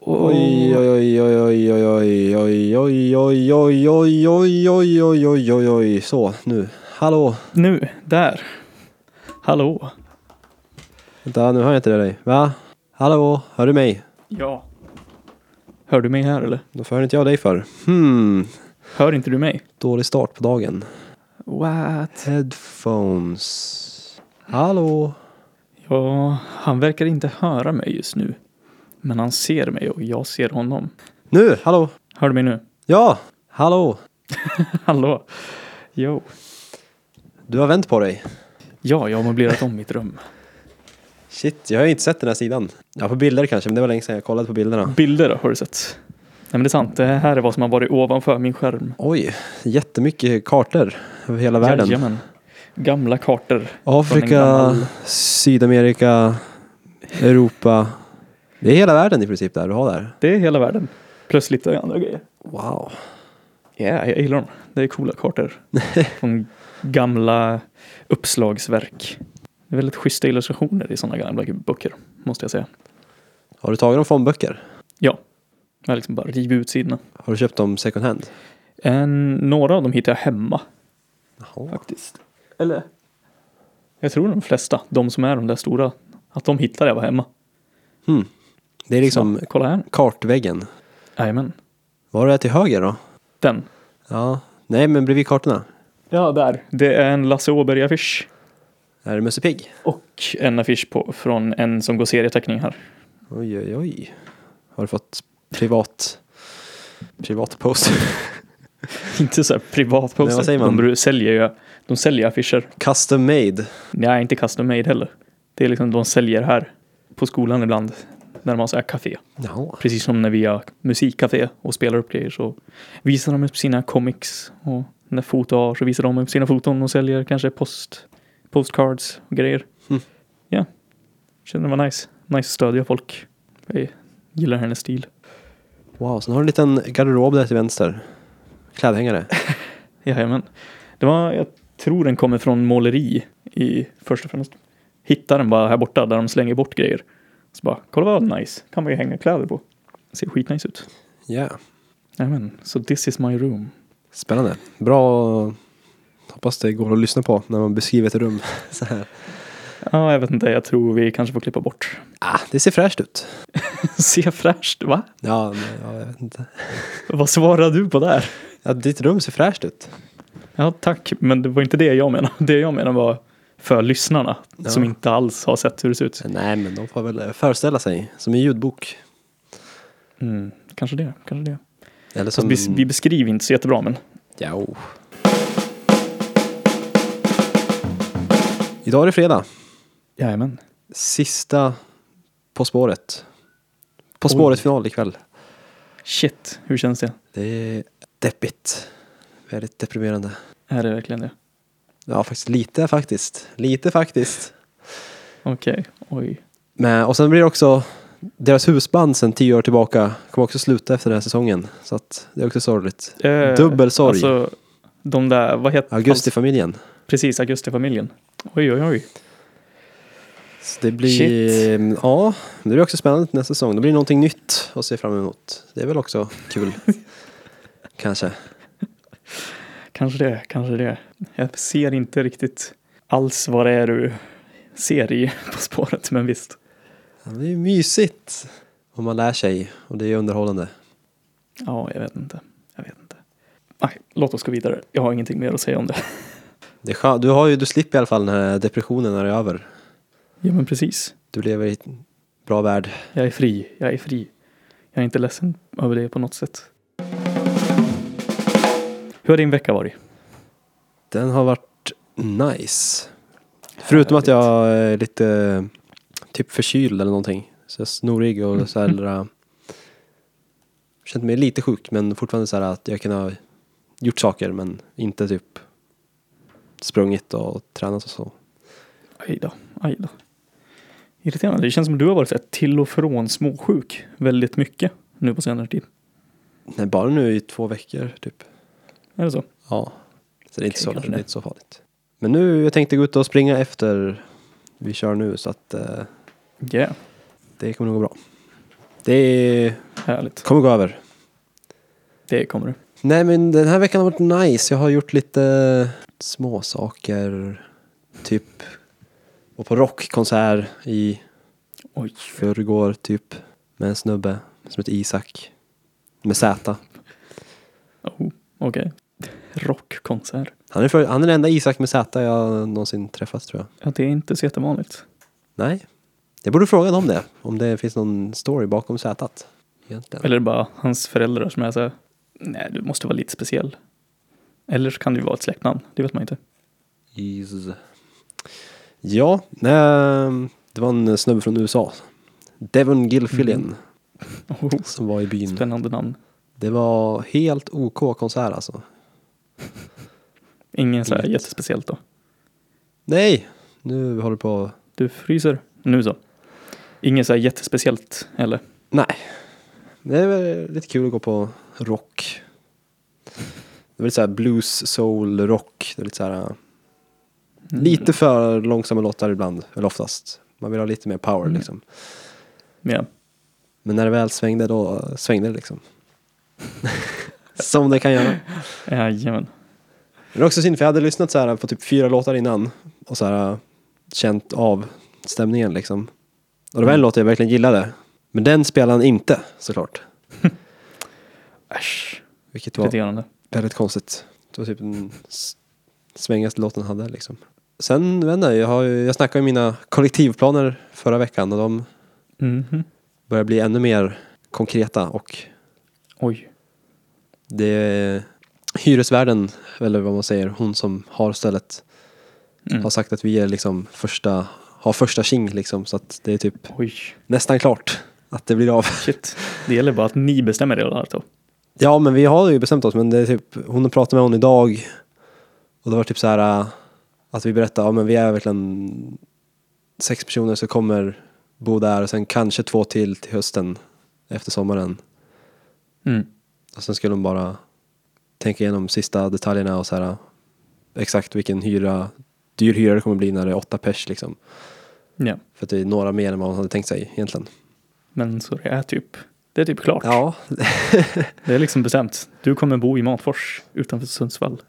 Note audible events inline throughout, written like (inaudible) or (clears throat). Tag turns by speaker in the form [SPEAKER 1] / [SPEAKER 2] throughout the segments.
[SPEAKER 1] Oj, oj, oj, oj, oj, oj, oj, oj, oj, oj, oj, oj, oj, oj, oj, oj, oj, så nu. Hallå!
[SPEAKER 2] Nu, där. Hallå.
[SPEAKER 1] Vänta, nu hör jag inte dig. Va? Hallå, hör du mig?
[SPEAKER 2] Ja. Hör du mig här eller?
[SPEAKER 1] Varför hör inte jag dig för? Hmm,
[SPEAKER 2] Hör inte du mig?
[SPEAKER 1] dålig start på dagen.
[SPEAKER 2] What?
[SPEAKER 1] Headphones. Hallå?
[SPEAKER 2] Ja, han verkar inte höra mig just nu. Men han ser mig och jag ser honom.
[SPEAKER 1] Nu, hallå?
[SPEAKER 2] Hör du mig nu? (laughs)
[SPEAKER 1] Ja, hallå?
[SPEAKER 2] Hallå. Jo.
[SPEAKER 1] Du har vänt på dig.
[SPEAKER 2] Ja, jag har möblerat om mitt rum.
[SPEAKER 1] Shit, jag har ju inte sett den här sidan. Ja, på bilder kanske, men det var länge sedan jag kollade på bilderna.
[SPEAKER 2] Bilder då, har du sett? Nej men det är sant, det här är vad som har varit ovanför min skärm.
[SPEAKER 1] Oj, jättemycket kartor över hela världen.
[SPEAKER 2] Jajamän. Gamla kartor.
[SPEAKER 1] Afrika,
[SPEAKER 2] gammal-
[SPEAKER 1] Sydamerika, Europa. Det är hela världen i princip där du har där.
[SPEAKER 2] Det är hela världen. Plus lite andra grejer.
[SPEAKER 1] Wow.
[SPEAKER 2] Ja, jag gillar dem. Det är coola kartor. Från gamla uppslagsverk. Det är väldigt schyssta illustrationer i sådana gamla böcker, måste jag säga.
[SPEAKER 1] Har du tagit dem från böcker?
[SPEAKER 2] Ja, jag liksom bara river ut sidorna.
[SPEAKER 1] Har du köpt dem second hand?
[SPEAKER 2] En, några av dem hittar jag hemma
[SPEAKER 1] Jaha.
[SPEAKER 2] faktiskt. Eller? Jag tror de flesta, de som är de där stora, att de hittar jag var hemma.
[SPEAKER 1] Hmm. Det är liksom
[SPEAKER 2] Så, kolla här.
[SPEAKER 1] kartväggen.
[SPEAKER 2] Jajamän,
[SPEAKER 1] Var är till höger då?
[SPEAKER 2] den.
[SPEAKER 1] Ja. Nej, men bredvid kartorna.
[SPEAKER 2] Ja, där. Det är en Lasse Åberg-affisch.
[SPEAKER 1] Är det Musse Pigg?
[SPEAKER 2] Och en affisch på, från en som går serieteckning här.
[SPEAKER 1] Oj, oj, oj. Har du fått privat... Privat post? (laughs)
[SPEAKER 2] (laughs) Inte så här privat
[SPEAKER 1] Nej, vad
[SPEAKER 2] poster.
[SPEAKER 1] säger man?
[SPEAKER 2] De säljer ju de säljer affischer.
[SPEAKER 1] Custom made.
[SPEAKER 2] Nej, inte custom made heller. Det är liksom de säljer här på skolan ibland när de har så här café.
[SPEAKER 1] Jaha.
[SPEAKER 2] Precis som när vi har musikcafé och spelar upp grejer så visar de upp sina comics och när foto har så visar de upp sina foton och säljer kanske post, postcards och grejer.
[SPEAKER 1] Mm.
[SPEAKER 2] Ja, känner det var nice. Nice att stödja folk. Jag gillar hennes stil.
[SPEAKER 1] Wow, sen har du en liten garderob där till vänster. Klädhängare.
[SPEAKER 2] Jajamän. Det var, jag tror den kommer från måleri i först och främst. Hittar den bara här borta där de slänger bort grejer. Så bara, kolla vad nice, kan man ju hänga kläder på. Ser skitnice ut.
[SPEAKER 1] Ja.
[SPEAKER 2] Jajamän, så this is my room.
[SPEAKER 1] Spännande. Bra. Hoppas det går att lyssna på när man beskriver ett rum. (laughs) Så här.
[SPEAKER 2] Ja, jag vet inte, jag tror vi kanske får klippa bort. (laughs)
[SPEAKER 1] Ah, det ser fräscht ut.
[SPEAKER 2] Se fräscht, va?
[SPEAKER 1] Ja, nej, ja, jag vet inte.
[SPEAKER 2] Vad svarar du på där?
[SPEAKER 1] Ja, ditt rum ser fräscht ut.
[SPEAKER 2] Ja, tack, men det var inte det jag menade. Det jag menade var för lyssnarna som inte alls har sett hur det ser ut.
[SPEAKER 1] Nej, men de får väl eh, föreställa sig som en ljudbok.
[SPEAKER 2] Mm, kanske det, kanske det.
[SPEAKER 1] Eller
[SPEAKER 2] Så
[SPEAKER 1] som...
[SPEAKER 2] vi, vi beskriver inte så jättebra, men
[SPEAKER 1] Ja, oh. Idag är det fredag.
[SPEAKER 2] jajamän.
[SPEAKER 1] Sista På spåret. På spåret-final ikväll.
[SPEAKER 2] Shit, hur känns det?
[SPEAKER 1] Det är deppigt. Väldigt deprimerande.
[SPEAKER 2] Är det verkligen det?
[SPEAKER 1] Ja, faktiskt lite faktiskt. Lite faktiskt.
[SPEAKER 2] Okej, oj.
[SPEAKER 1] Men, och sen blir det också deras husband sen tio år tillbaka kommer också sluta efter den här säsongen. Så att det är också sorgligt.
[SPEAKER 2] Eh,
[SPEAKER 1] Dubbel sorg.
[SPEAKER 2] Alltså, de där, vad heter
[SPEAKER 1] Augustifamiljen.
[SPEAKER 2] Precis, augustifamiljen. Oj, oj, oj.
[SPEAKER 1] Så det blir,
[SPEAKER 2] Shit.
[SPEAKER 1] ja, det blir också spännande till nästa säsong. Det blir någonting nytt att se fram emot. Det är väl också
[SPEAKER 2] (laughs)
[SPEAKER 1] kul. Kanske.
[SPEAKER 2] Kanske det, kanske det. Jag ser inte riktigt alls vad det är du ser i (laughs) På spåret, men visst.
[SPEAKER 1] Ja, Det är ju mysigt. Och man lär sig och det är underhållande.
[SPEAKER 2] Ja, jag vet inte. Jag vet inte. Nej, låt oss gå vidare. Jag har ingenting mer att säga om det. (laughs)
[SPEAKER 1] Det är skönt. du, har ju, du slipper i alla fall den här depressionen när det är över.
[SPEAKER 2] Ja, men precis.
[SPEAKER 1] Du lever i en bra värld.
[SPEAKER 2] Jag är fri, jag är fri. Jag är inte ledsen över det på något sätt. Hur har din vecka varit?
[SPEAKER 1] Den har varit nice. Förutom att jag är lite typ förkyld eller någonting. Så jag är snorig och så
[SPEAKER 2] (laughs)
[SPEAKER 1] här. äh, känt mig lite sjuk men fortfarande så här att jag kan ha gjort saker men inte typ sprungit och tränat och så.
[SPEAKER 2] Aj då, aj då. Irriterande. Det känns som att du har varit så här till och från småsjuk väldigt mycket nu på senare tid.
[SPEAKER 1] Nej, bara nu i två veckor typ.
[SPEAKER 2] Är det så?
[SPEAKER 1] Ja. Så det är inte,
[SPEAKER 2] Okej,
[SPEAKER 1] så,
[SPEAKER 2] kanske
[SPEAKER 1] det är
[SPEAKER 2] det.
[SPEAKER 1] inte så farligt. Men nu, jag tänkte gå ut och springa efter vi kör nu så att eh,
[SPEAKER 2] Ja.
[SPEAKER 1] Det kommer nog gå bra. Det är
[SPEAKER 2] Härligt.
[SPEAKER 1] Kommer gå över.
[SPEAKER 2] Det kommer du.
[SPEAKER 1] Nej men den här veckan har varit nice. Jag har gjort lite småsaker. Typ. Och på rockkonsert i
[SPEAKER 2] Oj.
[SPEAKER 1] förrgår typ. Med en snubbe som heter Isak. Med Z.
[SPEAKER 2] Oh, Okej. Rockkonsert.
[SPEAKER 1] Han är, för, han är den enda Isak med Z jag någonsin träffat tror jag.
[SPEAKER 2] Ja, det är inte så jättevanligt.
[SPEAKER 1] Nej. Jag borde fråga dem det. Om det finns någon story bakom Z. Egentligen.
[SPEAKER 2] Eller bara hans föräldrar som är så här, nej du måste vara lite speciell. Eller så kan det ju vara ett släktnamn, det vet man inte.
[SPEAKER 1] Is. Ja, ehm, det var en snubbe från USA. Devon Gilfillian
[SPEAKER 2] Oh,
[SPEAKER 1] som var i byn.
[SPEAKER 2] spännande namn.
[SPEAKER 1] Det var helt OK konsert alltså.
[SPEAKER 2] Ingen så här
[SPEAKER 1] Lite.
[SPEAKER 2] jättespeciellt då.
[SPEAKER 1] Nej, nu håller det på.
[SPEAKER 2] Du fryser. Nu så. Inget så här jättespeciellt eller?
[SPEAKER 1] Nej, det är väl lite kul att gå på rock. Det var lite så här blues, soul, rock. Det är lite så här, eh,
[SPEAKER 2] Mm.
[SPEAKER 1] lite för långsamma låtar ibland, eller oftast. Man vill ha lite mer power
[SPEAKER 2] Mm.
[SPEAKER 1] liksom.
[SPEAKER 2] Ja.
[SPEAKER 1] Men när det väl svängde då svängde det liksom. (laughs) Som det kan göra.
[SPEAKER 2] Jajamän.
[SPEAKER 1] Men det är också synd för jag hade lyssnat så här på typ fyra låtar innan och så här äh, känt av stämningen liksom. Och det var en låt jag verkligen gillade. Men den spelade han inte såklart.
[SPEAKER 2] Äsch.
[SPEAKER 1] Vilket var
[SPEAKER 2] Irriterande.
[SPEAKER 1] väldigt konstigt. Det var typ den s- svängigaste låten han hade liksom. Sen, vet inte, jag, har, ju- jag snackade om mina kollektivplaner förra veckan och de
[SPEAKER 2] Mhm.
[SPEAKER 1] börjar bli ännu mer konkreta och
[SPEAKER 2] Oj.
[SPEAKER 1] det är hyresvärden, eller vad man säger, hon som har stället
[SPEAKER 2] Mm.
[SPEAKER 1] har sagt att vi är liksom första, har första tjing liksom så att det är typ
[SPEAKER 2] Oj.
[SPEAKER 1] nästan klart att det blir av. (laughs)
[SPEAKER 2] Shit. Det gäller bara att ni bestämmer det där då.
[SPEAKER 1] Ja men vi har ju bestämt oss men det är typ, hon pratade med hon idag och det var typ så här äh, att vi berättade, ja men vi är verkligen sex personer som kommer bo där och sen kanske två till till hösten efter sommaren.
[SPEAKER 2] Mm.
[SPEAKER 1] Och sen skulle de bara tänka igenom sista detaljerna och så här äh, exakt vilken hyra, dyr hyra det kommer bli när det är åtta pers liksom.
[SPEAKER 2] Ja.
[SPEAKER 1] För att det är några mer än vad man hade tänkt sig egentligen.
[SPEAKER 2] Men så det är typ, det är typ klart.
[SPEAKER 1] Ja, (laughs)
[SPEAKER 2] Det är liksom bestämt. Du kommer bo i Matfors utanför Sundsvall.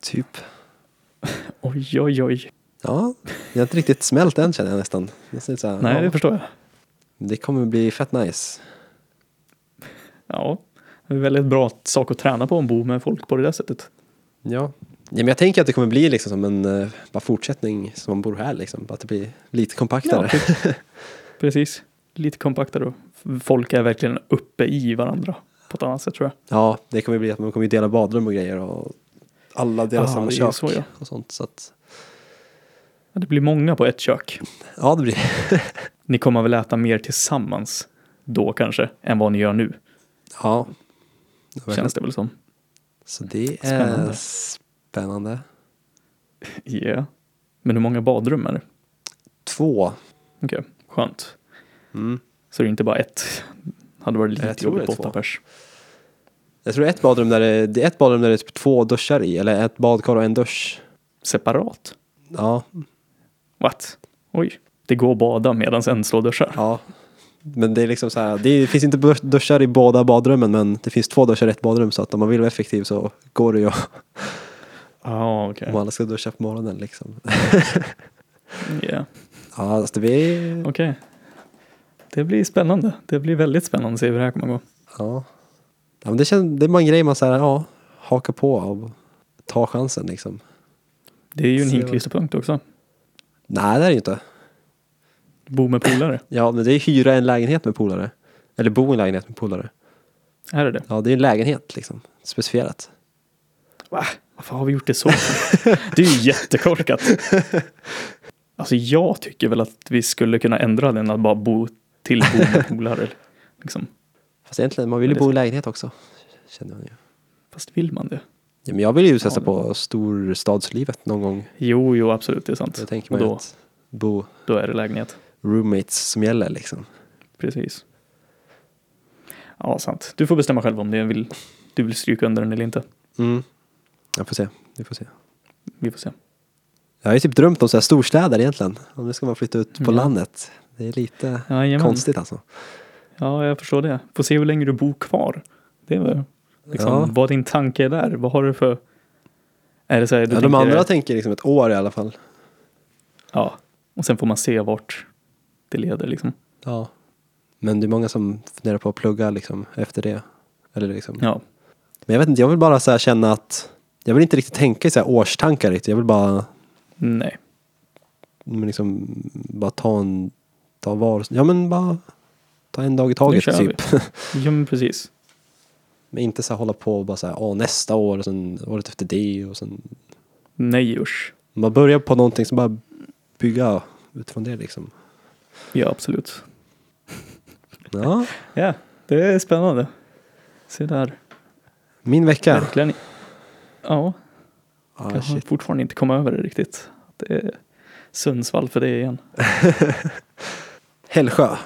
[SPEAKER 1] typ.
[SPEAKER 2] Oj, oj, oj.
[SPEAKER 1] Ja, det har inte riktigt smält än känner jag nästan. nästan lite så här,
[SPEAKER 2] Nej,
[SPEAKER 1] ja,
[SPEAKER 2] det förstår jag.
[SPEAKER 1] det kommer bli fett nice.
[SPEAKER 2] Ja, det är väldigt bra sak att träna på att bo med folk på det där sättet.
[SPEAKER 1] Ja. ja, men jag tänker att det kommer bli liksom som en eh, bara fortsättning som man bor här liksom. Bara Att det blir lite
[SPEAKER 2] Ja,
[SPEAKER 1] kompaktare.
[SPEAKER 2] typ. Precis. Lite kompaktare och f- folk är verkligen uppe i varandra på ett annat sätt tror jag.
[SPEAKER 1] Ja, det kommer bli att man kommer ju dela badrum och grejer och alla delar
[SPEAKER 2] Ah,
[SPEAKER 1] samma
[SPEAKER 2] det är ju
[SPEAKER 1] kök
[SPEAKER 2] så, ja.
[SPEAKER 1] och sånt. Så att,
[SPEAKER 2] Ja, Det blir många på ett kök.
[SPEAKER 1] ja, det blir
[SPEAKER 2] Ni kommer väl äta mer tillsammans då kanske än vad ni gör nu,
[SPEAKER 1] ja. verkligen.
[SPEAKER 2] känns det väl som.
[SPEAKER 1] Så det är
[SPEAKER 2] Spännande.
[SPEAKER 1] spännande.
[SPEAKER 2] Ja. Men hur många badrum är det?
[SPEAKER 1] Två.
[SPEAKER 2] Okej, skönt.
[SPEAKER 1] Mm.
[SPEAKER 2] Så det är inte bara ett. Hade varit
[SPEAKER 1] Jag
[SPEAKER 2] lite
[SPEAKER 1] tror
[SPEAKER 2] jobbigt
[SPEAKER 1] det
[SPEAKER 2] på
[SPEAKER 1] är
[SPEAKER 2] åtta
[SPEAKER 1] två.
[SPEAKER 2] pers.
[SPEAKER 1] Jag tror ett badrum där det, det är ett badrum där det är typ två duschar i eller ett badkar och en dusch.
[SPEAKER 2] Separat?
[SPEAKER 1] Ja,
[SPEAKER 2] What? Oj. Det går att bada medan en slår duschar.
[SPEAKER 1] Ja. Men det är liksom så här, det finns inte duschar i båda badrummen men det finns två duschar i ett badrum så att om man vill vara effektiv så går det ju (laughs)
[SPEAKER 2] Ja, okej.
[SPEAKER 1] om alla ska duscha på morgonen liksom. (laughs)
[SPEAKER 2] Ja,
[SPEAKER 1] Ja, alltså det blir,
[SPEAKER 2] okej. Det blir spännande. Det blir väldigt spännande att se hur det här kommer gå.
[SPEAKER 1] ja. ja men det, känns, det är bara en grej man så här, ja, hakar på och tar chansen liksom.
[SPEAKER 2] Det är ju en
[SPEAKER 1] Se vad-
[SPEAKER 2] hinklisterpunkt också.
[SPEAKER 1] Nej det är det ju inte.
[SPEAKER 2] Bo med polare.
[SPEAKER 1] Ja men det är hyra en lägenhet med polare. Eller bo i en lägenhet med polare.
[SPEAKER 2] Här är det.
[SPEAKER 1] Ja det är en lägenhet liksom, specifierat.
[SPEAKER 2] Va? Varför har vi gjort det
[SPEAKER 1] (laughs)
[SPEAKER 2] så? det är ju jättekorkat. Alltså jag tycker väl att vi skulle kunna ändra den att bara bo till bo
[SPEAKER 1] (laughs)
[SPEAKER 2] med polare. Liksom.
[SPEAKER 1] Fast egentligen, man vill ju
[SPEAKER 2] Men det är
[SPEAKER 1] bo i
[SPEAKER 2] så.
[SPEAKER 1] en lägenhet också. Känner man ju.
[SPEAKER 2] Fast vill man det?
[SPEAKER 1] Ja, men jag vill ju testa
[SPEAKER 2] det-
[SPEAKER 1] på storstadslivet någon gång.
[SPEAKER 2] Jo, jo, absolut, det är sant.
[SPEAKER 1] Jag tänker
[SPEAKER 2] Och
[SPEAKER 1] mig
[SPEAKER 2] då,
[SPEAKER 1] att bo
[SPEAKER 2] då är det lägenhet.
[SPEAKER 1] roommates som gäller liksom.
[SPEAKER 2] Precis. Ja, sant. Du får bestämma själv om du vill, du vill stryka under den eller inte.
[SPEAKER 1] Mm. Jag får se, vi får se.
[SPEAKER 2] Vi får se.
[SPEAKER 1] Jag har ju typ drömt om så här storstäder egentligen. Om nu ska man flytta ut på
[SPEAKER 2] Mm. Ja.
[SPEAKER 1] landet. Det är lite
[SPEAKER 2] Jajamän.
[SPEAKER 1] konstigt alltså.
[SPEAKER 2] Ja, jag förstår det. Får se hur länge du bor kvar. Det är väl liksom
[SPEAKER 1] Ja.
[SPEAKER 2] vad din tanke är där. Vad har du för... Är det så här, du
[SPEAKER 1] Ja, de
[SPEAKER 2] tänker-
[SPEAKER 1] andra tänker liksom ett år i alla fall.
[SPEAKER 2] Ja, och sen får man se vart det leder
[SPEAKER 1] Mm.
[SPEAKER 2] liksom.
[SPEAKER 1] Ja. Men det är många som funderar på att plugga liksom efter det. Eller liksom.
[SPEAKER 2] Ja,
[SPEAKER 1] Men jag vet inte, jag vill bara så här känna att jag vill inte riktigt tänka i så här årstankar riktigt. Jag vill bara,
[SPEAKER 2] nej.
[SPEAKER 1] men liksom, bara ta en, ta var, ja men bara ta en dag i taget
[SPEAKER 2] kör
[SPEAKER 1] typ. (laughs)
[SPEAKER 2] Ja, men precis.
[SPEAKER 1] Men inte så här hålla på och bara så här, åh nästa år och sen året efter det och sen.
[SPEAKER 2] Nej usch.
[SPEAKER 1] Man börjar på någonting som bara bygga utifrån det liksom.
[SPEAKER 2] Ja, absolut.
[SPEAKER 1] Ja,
[SPEAKER 2] Ja, det är spännande. Se där.
[SPEAKER 1] min vecka.
[SPEAKER 2] Verkligen. Ja,
[SPEAKER 1] Ah,
[SPEAKER 2] jag har
[SPEAKER 1] shit.
[SPEAKER 2] fortfarande inte kommit över det riktigt. Det är Sundsvall för det igen.
[SPEAKER 1] Hällsjö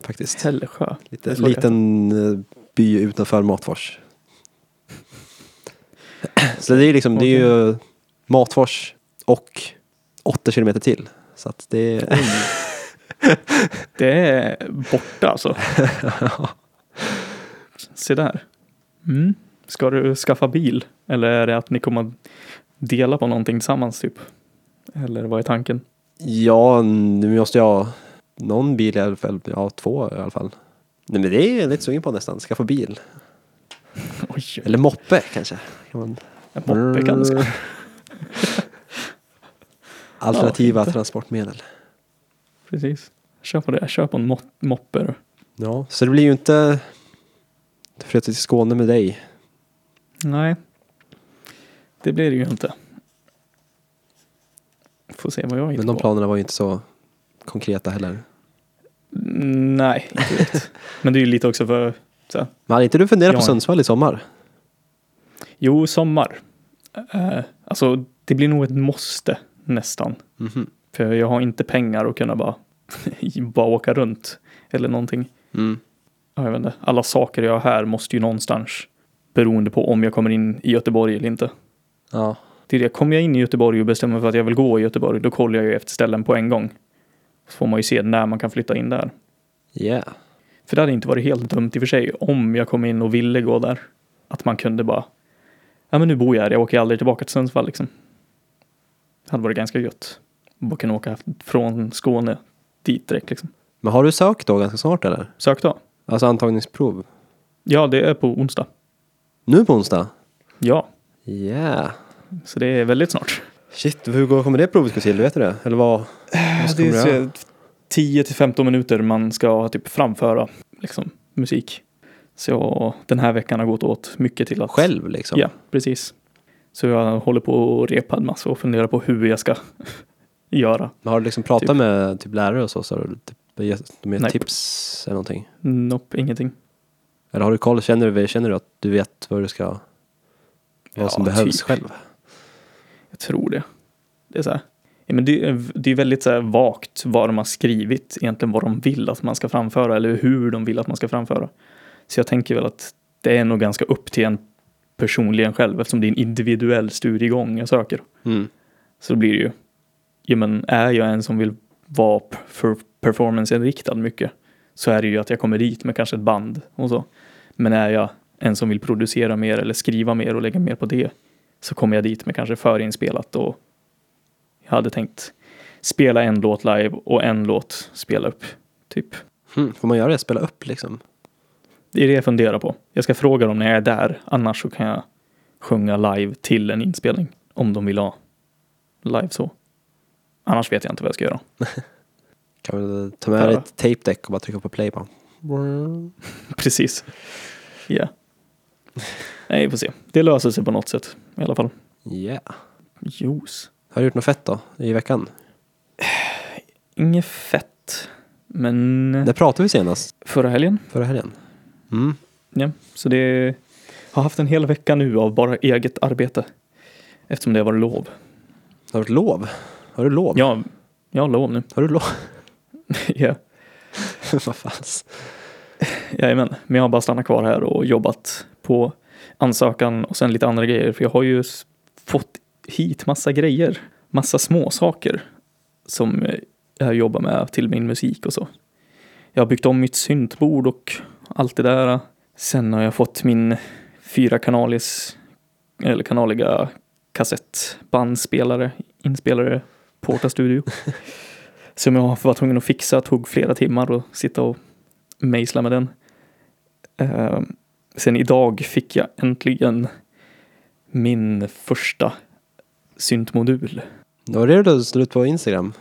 [SPEAKER 1] faktiskt.
[SPEAKER 2] Hällsjö.
[SPEAKER 1] Lite,
[SPEAKER 2] Det är så det
[SPEAKER 1] liten eh, by utanför Matfors. (clears throat) Så det är liksom, det är ju Matfors och 80 kilometer till. Så att det är,
[SPEAKER 2] Det är borta alltså. Se där. Mm. Ska du skaffa bil? Eller är det att ni kommer att dela på någonting tillsammans typ? Eller vad är tanken? (laughs)
[SPEAKER 1] ja, nu måste jag ha någon bil i alla fall, ja två i alla fall. Nej men det är jag lite sugen på nästan, skaffa bil.
[SPEAKER 2] Oj,
[SPEAKER 1] Eller moppe kanske. Kan man...
[SPEAKER 2] en moppe
[SPEAKER 1] Mm.
[SPEAKER 2] kanske.
[SPEAKER 1] (laughs) Alternativa
[SPEAKER 2] Ja, inte.
[SPEAKER 1] transportmedel.
[SPEAKER 2] Precis. Kör på det. Kör på en mop- moppe du.
[SPEAKER 1] Ja, så det blir ju inte flytta till Skåne med dig.
[SPEAKER 2] Nej. Det blir det ju inte. Får se vad jag hittar
[SPEAKER 1] Men de
[SPEAKER 2] på.
[SPEAKER 1] planerna var ju inte så konkreta heller.
[SPEAKER 2] Mm, Nej, inte
[SPEAKER 1] (laughs)
[SPEAKER 2] riktigt. Men det är ju lite också för så här,
[SPEAKER 1] Men hade inte du funderat på
[SPEAKER 2] Ja.
[SPEAKER 1] Sundsvall i sommar?
[SPEAKER 2] Jo, sommar. Eh, alltså, det blir nog ett måste nästan.
[SPEAKER 1] Mhm.
[SPEAKER 2] För jag har inte pengar att kunna bara, (laughs) bara åka runt eller någonting.
[SPEAKER 1] Mm.
[SPEAKER 2] Ja, Jag vet inte. Alla saker jag har här måste ju någonstans, beroende på om jag kommer in i Göteborg eller inte.
[SPEAKER 1] Ja.
[SPEAKER 2] Det är det, kommer jag in i Göteborg och bestämmer mig för att jag vill gå i Göteborg, då kollar jag ju efter ställen på en gång. Så får man ju se när man kan flytta in där.
[SPEAKER 1] Yeah.
[SPEAKER 2] För det hade inte varit helt dumt i och för sig om jag kom in och ville gå där. Att man kunde bara, ja men nu bor jag här, jag åker aldrig tillbaka till Sundsvall liksom. Det hade varit ganska gött. Bara kunna åka från Skåne dit direkt liksom.
[SPEAKER 1] Men har du sökt då ganska snart eller?
[SPEAKER 2] Sök då.
[SPEAKER 1] Alltså antagningsprov?
[SPEAKER 2] Ja, det är på onsdag.
[SPEAKER 1] Nu på onsdag?
[SPEAKER 2] Ja,
[SPEAKER 1] Yeah.
[SPEAKER 2] så det är väldigt snart.
[SPEAKER 1] Shit, hur går- kommer det provet gå till? Vet du det? Eller vad? vad ska
[SPEAKER 2] Det
[SPEAKER 1] man göra?
[SPEAKER 2] är 10 till 15 minuter man ska typ framföra liksom, musik. Så den här veckan har gått åt mycket till att
[SPEAKER 1] Själv liksom?
[SPEAKER 2] Ja, precis. Så jag håller på och repar en massa och funderar på hur jag ska (laughs) göra.
[SPEAKER 1] Men har du liksom pratat
[SPEAKER 2] Typ.
[SPEAKER 1] med typ lärare och så? så har du typ, gett- de ger
[SPEAKER 2] Nej.
[SPEAKER 1] tips eller någonting?
[SPEAKER 2] Nope, ingenting.
[SPEAKER 1] Eller har du koll? Känner du, känner du att du vet vad du ska... Vad
[SPEAKER 2] Ja,
[SPEAKER 1] som behövs
[SPEAKER 2] typ.
[SPEAKER 1] själv?
[SPEAKER 2] Jag tror det. Det är så här. Ja, men det, är- det är väldigt så här vagt vad de har skrivit, egentligen vad de vill att man ska framföra eller hur de vill att man ska framföra. Så jag tänker väl att det är nog ganska upp till en personligen själv eftersom det är en individuell studiegång jag söker.
[SPEAKER 1] Mm.
[SPEAKER 2] Så blir det ju, ja men är jag en som vill vara p- för performanceinriktad mycket så är det ju att jag kommer dit med kanske ett band och så. Men är jag en som vill producera mer eller skriva mer och lägga mer på det så kommer jag dit med kanske förinspelat och jag hade tänkt spela en låt live och en låt spela upp, typ.
[SPEAKER 1] Mm. Får man göra det? Spela upp liksom?
[SPEAKER 2] Det är det jag funderar på. Jag ska fråga dem när jag är där, annars så kan jag sjunga live till en inspelning. Om de vill ha live så. Annars vet jag inte vad jag ska göra.
[SPEAKER 1] Kan väl ta med dig
[SPEAKER 2] Ja.
[SPEAKER 1] ett tape deck och bara trycka på play bara.
[SPEAKER 2] Precis. Ja. Nej, vi får se. Det löser sig på något sätt i alla fall.
[SPEAKER 1] Yeah.
[SPEAKER 2] Juice.
[SPEAKER 1] Har du gjort något fett då i veckan?
[SPEAKER 2] Mm. Inget fett. Men
[SPEAKER 1] Det pratade vi senast,
[SPEAKER 2] förra helgen.
[SPEAKER 1] förra helgen. Mm.
[SPEAKER 2] Ja, så det har haft en hel vecka nu av bara eget arbete. Eftersom det var lov.
[SPEAKER 1] Har du haft lov? Har du lov?
[SPEAKER 2] Ja, jag har lov nu. (laughs)
[SPEAKER 1] Har du lov? (laughs)
[SPEAKER 2] ja.
[SPEAKER 1] Vad fans.
[SPEAKER 2] Jajamän, men jag har bara stannat kvar här och jobbat på ansökan och sen lite andra grejer. För jag har ju s- fått hit massa grejer, massa småsaker som eh, jag jobbar med till min musik och så. Jag har byggt om mitt syntbord och allt det där. Sen har jag fått min fyra kanalis, eller kanaliga kassettbandspelare, inspelare, Porta Studio. Som jag var tvungen att fixa, tog flera timmar och sitta och mejsla med den. Eh, sen idag fick jag äntligen min första syntmodul.
[SPEAKER 1] Det var det du la ut på Instagram.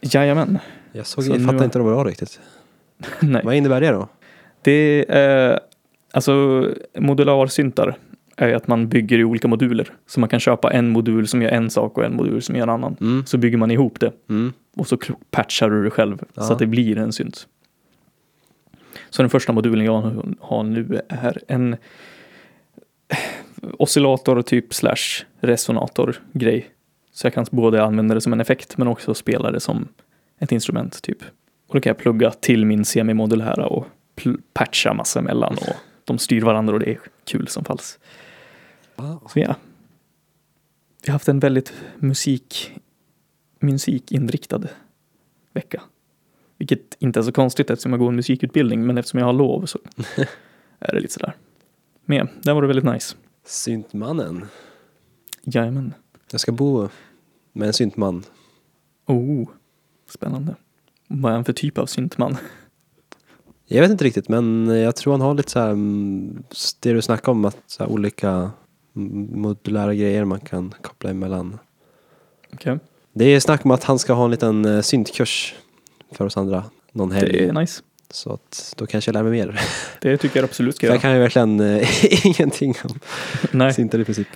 [SPEAKER 2] Jajamän. (laughs)
[SPEAKER 1] Jag, såg,
[SPEAKER 2] Så
[SPEAKER 1] jag
[SPEAKER 2] nu
[SPEAKER 1] fattade
[SPEAKER 2] har-
[SPEAKER 1] inte vad det var riktigt.
[SPEAKER 2] Nej.
[SPEAKER 1] Vad innebär det då?
[SPEAKER 2] Det är, alltså modular-syntar är ju att man bygger i olika moduler. Så man kan köpa en modul som gör en sak och en modul som gör en annan.
[SPEAKER 1] Mm.
[SPEAKER 2] Så bygger man ihop det
[SPEAKER 1] Mm.
[SPEAKER 2] och så kl- patchar du det själv
[SPEAKER 1] Ja.
[SPEAKER 2] så att det blir en synt. Så den första modulen jag nu- har nu är en eh, oscillator typ slash resonator grej. Så jag kan både använda det som en effekt men också spela det som ett instrument typ. Och då kan jag plugga till min semimodulära och pl- patcha massa emellan och de styr varandra och det är kul som falls.
[SPEAKER 1] Wow.
[SPEAKER 2] Så ja. Vi har haft en väldigt musik, musikinriktad vecka. Vilket inte är så konstigt eftersom jag går en musikutbildning, men eftersom jag har lov så är det lite sådär. Men ja, där var det väldigt nice.
[SPEAKER 1] Syntmannen.
[SPEAKER 2] Jajamän.
[SPEAKER 1] Jag ska bo med en syntman.
[SPEAKER 2] Oh, spännande. Vad är han för typ av syntman?
[SPEAKER 1] Jag vet inte riktigt men jag tror han har lite så här mm, det du snackade om att så här olika mm, modulära grejer man kan koppla emellan.
[SPEAKER 2] Okej,
[SPEAKER 1] Det är snack om att han ska ha en liten eh, syntkurs för oss andra någon helg.
[SPEAKER 2] det är nice.
[SPEAKER 1] Så att då kanske jag lär mig mer.
[SPEAKER 2] Det tycker jag absolut ska
[SPEAKER 1] För jag
[SPEAKER 2] göra.
[SPEAKER 1] kan ju verkligen eh, (laughs) ingenting om
[SPEAKER 2] Nej,
[SPEAKER 1] syntar i princip.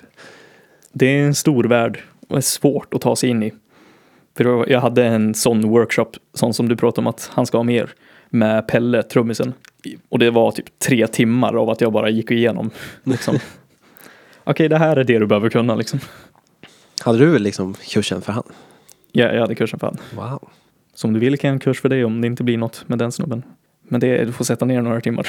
[SPEAKER 2] det är en stor värld och är svårt att ta sig in i. För då- jag hade en sån workshop, sån som du pratade om att han ska ha mer, med Pelle, trummisen. Och det var typ tre timmar av att jag bara gick igenom. (laughs) Liksom. Okej, det här är det du behöver kunna liksom.
[SPEAKER 1] Hade du väl liksom kursen för han?
[SPEAKER 2] Ja, jag hade kursen för han.
[SPEAKER 1] Wow.
[SPEAKER 2] Så om du vill kan jag ha en kurs för dig om det inte blir något med den snubben. Men det är, du får sätta ner några timmar.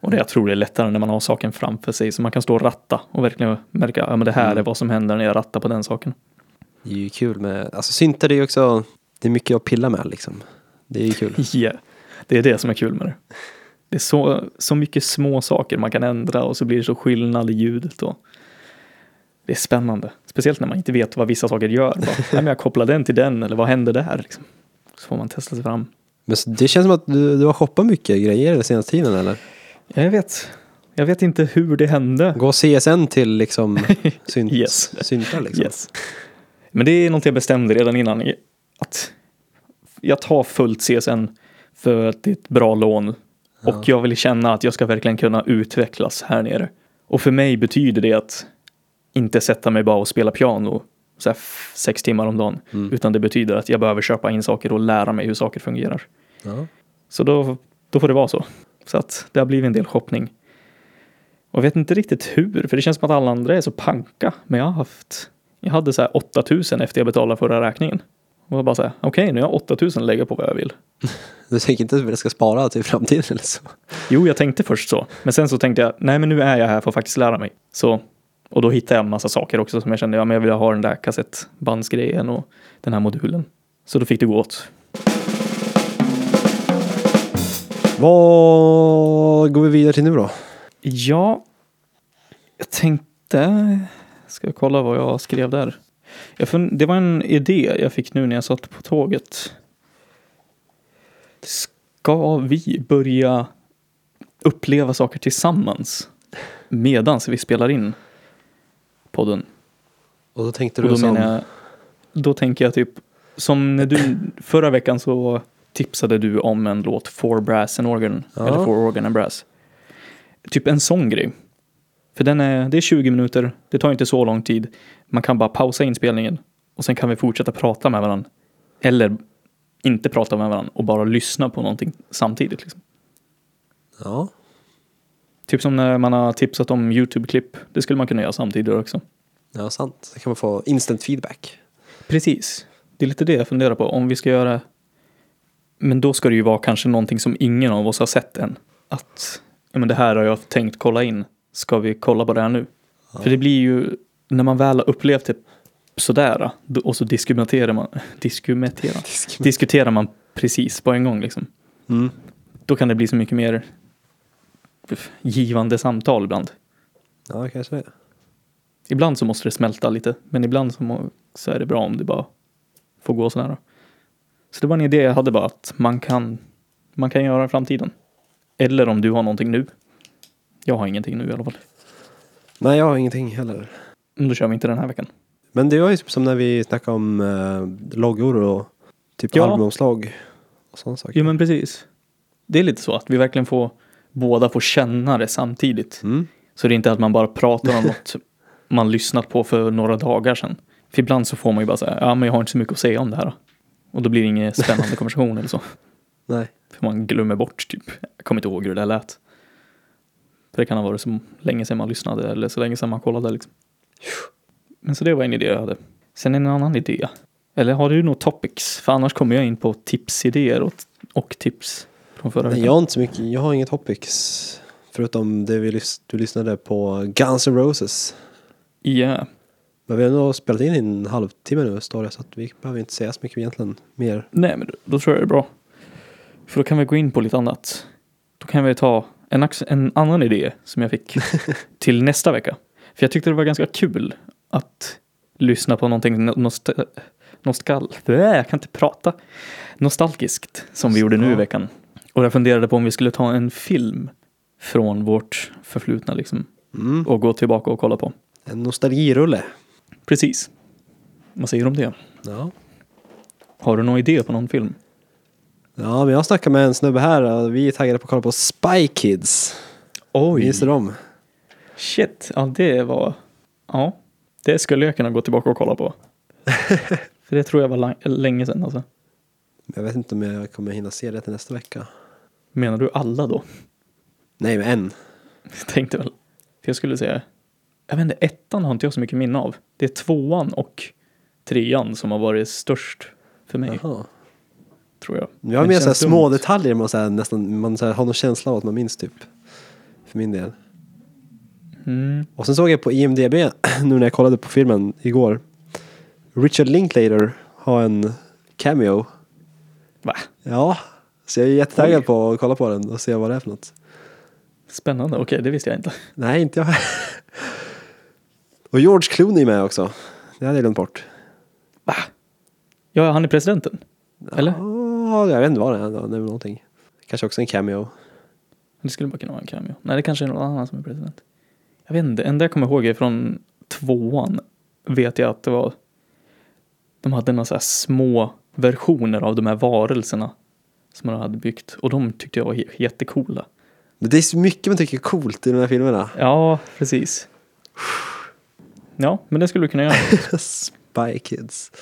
[SPEAKER 2] och det, jag tror det är lättare när man har saken framför sig så man kan stå och ratta och verkligen märka att ja, men det här
[SPEAKER 1] Mm.
[SPEAKER 2] är vad som händer när jag rattar på den saken.
[SPEAKER 1] Det är ju kul med, alltså syntar det är ju också, det är mycket att pilla med liksom. Det är
[SPEAKER 2] (laughs)
[SPEAKER 1] ju kul.
[SPEAKER 2] Ja, det är det som är kul med det. Det är så, så mycket små saker man kan ändra och så blir det så skillnad i ljudet. Och det är spännande, speciellt när man inte vet vad vissa saker gör. Bara, "Nej, men jag kopplar den till den eller vad händer där? Liksom. Så får man testa sig fram.
[SPEAKER 1] Men så, det känns som att du, du har shoppat mycket grejer den senaste tiden eller?
[SPEAKER 2] Ja, jag vet. Jag vet inte hur det hände.
[SPEAKER 1] Gå CSN till
[SPEAKER 2] (laughs)
[SPEAKER 1] liksom synt,
[SPEAKER 2] Yes.
[SPEAKER 1] syntar liksom.
[SPEAKER 2] Yes. Men det är något jag bestämde redan innan. i- Att jag tar fullt CSN för att det är ett bra lån.
[SPEAKER 1] Ja.
[SPEAKER 2] Och jag vill känna att jag ska verkligen kunna utvecklas här nere. Och för mig betyder det att inte sätta mig bara och spela piano så här f- sex timmar om dagen.
[SPEAKER 1] Mm.
[SPEAKER 2] Utan det betyder att jag behöver köpa in saker och lära mig hur saker fungerar.
[SPEAKER 1] Ja.
[SPEAKER 2] Så då, då får det vara så. Så att det har blivit en del shoppning. Och jag vet inte riktigt hur, för det känns som att alla andra är så panka. Men jag har haft, jag hade så här 8000 efter jag betalade förra räkningen. Och jag bara så här, okej nu har jag 8000 att lägga på vad jag vill.
[SPEAKER 1] Du tänker inte att du ska spara till framtiden eller så?
[SPEAKER 2] Jo, jag tänkte först så. Men sen så tänkte jag, nej men nu är jag här för att faktiskt lära mig. Så, och då hittade jag en massa saker också som jag kände, ja men jag vill ha den där kassettbandsgrejen och den här modulen. Så då fick det gå åt.
[SPEAKER 1] Vad går vi vidare till nu då?
[SPEAKER 2] Ja, jag tänkte... Ska jag kolla vad jag skrev där? Jag fun- det var en idé jag fick nu när jag satt på tåget. Ska vi börja uppleva saker tillsammans medan vi spelar in podden?
[SPEAKER 1] Och då tänkte
[SPEAKER 2] Och
[SPEAKER 1] du
[SPEAKER 2] då,
[SPEAKER 1] som,
[SPEAKER 2] menar jag, då tänker jag typ, som när du, förra veckan så tipsade du om en låt, For Brass and Organ,
[SPEAKER 1] Ja.
[SPEAKER 2] eller For Organ and Brass. Typ en sån grej. För den är, det är 20 minuter, det tar inte så lång tid. Man kan bara pausa inspelningen och sen kan vi fortsätta prata med varandra. Eller inte prata med varandra och bara lyssna på någonting samtidigt. Liksom.
[SPEAKER 1] ja,
[SPEAKER 2] Typ som när man har tipsat om YouTube-klipp, det skulle man kunna göra samtidigt också.
[SPEAKER 1] ja, sant. Då kan man få instant feedback.
[SPEAKER 2] Precis. Det är lite det jag funderar på. Om vi ska göra... Men då ska det ju vara kanske någonting som ingen av oss har sett än. Att ja, men det här har jag tänkt kolla in. Ska vi kolla på det här nu? För det blir ju, när man väl har upplevt det sådär då- och så diskuterar man, diskuterar,
[SPEAKER 1] Disk-
[SPEAKER 2] diskuterar man precis på en gång liksom.
[SPEAKER 1] Mm.
[SPEAKER 2] Då kan det bli så mycket mer givande samtal ibland.
[SPEAKER 1] Ja, kanske det.
[SPEAKER 2] Ibland så måste det smälta lite, men ibland så, må, så är det bra om det bara får gå så nära. Så det var en idé jag hade bara att man kan, man kan göra i framtiden. Eller om du har någonting nu. Jag har ingenting nu i alla fall.
[SPEAKER 1] Nej, jag har ingenting heller.
[SPEAKER 2] Men Då kör vi inte den här veckan.
[SPEAKER 1] Men det var ju typ som när vi snackade om eh, loggor och typ
[SPEAKER 2] Ja.
[SPEAKER 1] albumomslag och sådana saker.
[SPEAKER 2] Jo men precis. Det är lite så att vi verkligen får båda får känna det samtidigt.
[SPEAKER 1] Mm.
[SPEAKER 2] Så det är inte att man bara pratar om något man lyssnat på för några dagar sedan. För ibland så får man ju bara säga, ja men jag har inte så mycket att säga om det här. då." Och då blir det ingen spännande konversation eller så.
[SPEAKER 1] Nej.
[SPEAKER 2] För man glömmer bort typ, jag kommer inte ihåg hur det där lät. För det kan ha varit så länge sedan man lyssnade eller så länge sedan man kollade liksom. Men så det var en idé jag hade. Sen en annan idé. Eller har du något topics? För annars kommer jag in på tipsidéer och, och tips från förra
[SPEAKER 1] Nej, jag har inte så mycket, jag har inget topics. Förutom det vi lys- du lyssnade på Guns N' Roses.
[SPEAKER 2] Ja,
[SPEAKER 1] Men vi har ändå spelat in i en halvtimme nu står det så att vi behöver inte säga så mycket egentligen mer.
[SPEAKER 2] Nej, men då tror jag det är bra. För då kan vi gå in på lite annat. Då kan vi ta en, ax- en annan idé som jag fick till nästa vecka. För jag tyckte det var ganska kul att lyssna på någonting no- nost nostal Bäh, jag kan inte prata. nostalgiskt som vi gjorde nu i
[SPEAKER 1] Ja.
[SPEAKER 2] veckan. Och jag funderade på om vi skulle ta en film från vårt förflutna liksom
[SPEAKER 1] Mm.
[SPEAKER 2] och gå tillbaka och kolla på.
[SPEAKER 1] En nostalgirulle.
[SPEAKER 2] Precis. Vad säger du om det?
[SPEAKER 1] Ja.
[SPEAKER 2] Har du någon idé på någon film?
[SPEAKER 1] ja, men jag snackade med en snubbe här och vi är taggade på att kolla på Spy Kids. Minns du dem?
[SPEAKER 2] Shit, ja det var... Ja, det skulle jag kunna gå tillbaka och kolla
[SPEAKER 1] (laughs)
[SPEAKER 2] på. För det tror jag var lang- länge sedan alltså.
[SPEAKER 1] Men Jag vet inte om jag kommer hinna se det till nästa vecka.
[SPEAKER 2] Menar du alla då? (laughs)
[SPEAKER 1] Nej, men en.
[SPEAKER 2] Jag tänkte väl. För jag skulle säga... Jag vet inte, ettan har inte jag så mycket minne av. Det är tvåan och trean som har varit störst för mig,
[SPEAKER 1] Jaha.
[SPEAKER 2] tror jag.
[SPEAKER 1] Jag har
[SPEAKER 2] Men det
[SPEAKER 1] mer såhär
[SPEAKER 2] känns
[SPEAKER 1] små
[SPEAKER 2] dumt.
[SPEAKER 1] detaljer man, såhär, nästan, man såhär, har någon känsla av att man minns typ. För min del.
[SPEAKER 2] Mm.
[SPEAKER 1] Och sen såg jag på IMDB (clears throat) nu när jag kollade på filmen igår. Richard Linklater har en cameo.
[SPEAKER 2] Va?
[SPEAKER 1] Ja, så jag är jättetaggad på att kolla på den och se vad det är för något.
[SPEAKER 2] Spännande, okej det visste jag inte.
[SPEAKER 1] Nej, inte jag. (laughs) och George Clooney är med också. Det hade jag glömt bort.
[SPEAKER 2] Va? Ja, han är presidenten. Eller?
[SPEAKER 1] Ja, jag vet inte vad det är. Det är väl någonting. Kanske också en cameo.
[SPEAKER 2] Det skulle bara kunna vara en cameo. Nej, det kanske är någon annan som är president. Jag vet inte, det enda jag kommer ihåg är från tvåan vet jag att det var de hade några så här små versioner av de här varelserna som de hade byggt och de tyckte jag var j- jättecoola.
[SPEAKER 1] Men det är så mycket man tycker är coolt i de här filmerna. (laughs)
[SPEAKER 2] Ja, precis. Ja, men det skulle du kunna göra.
[SPEAKER 1] Spy Kids.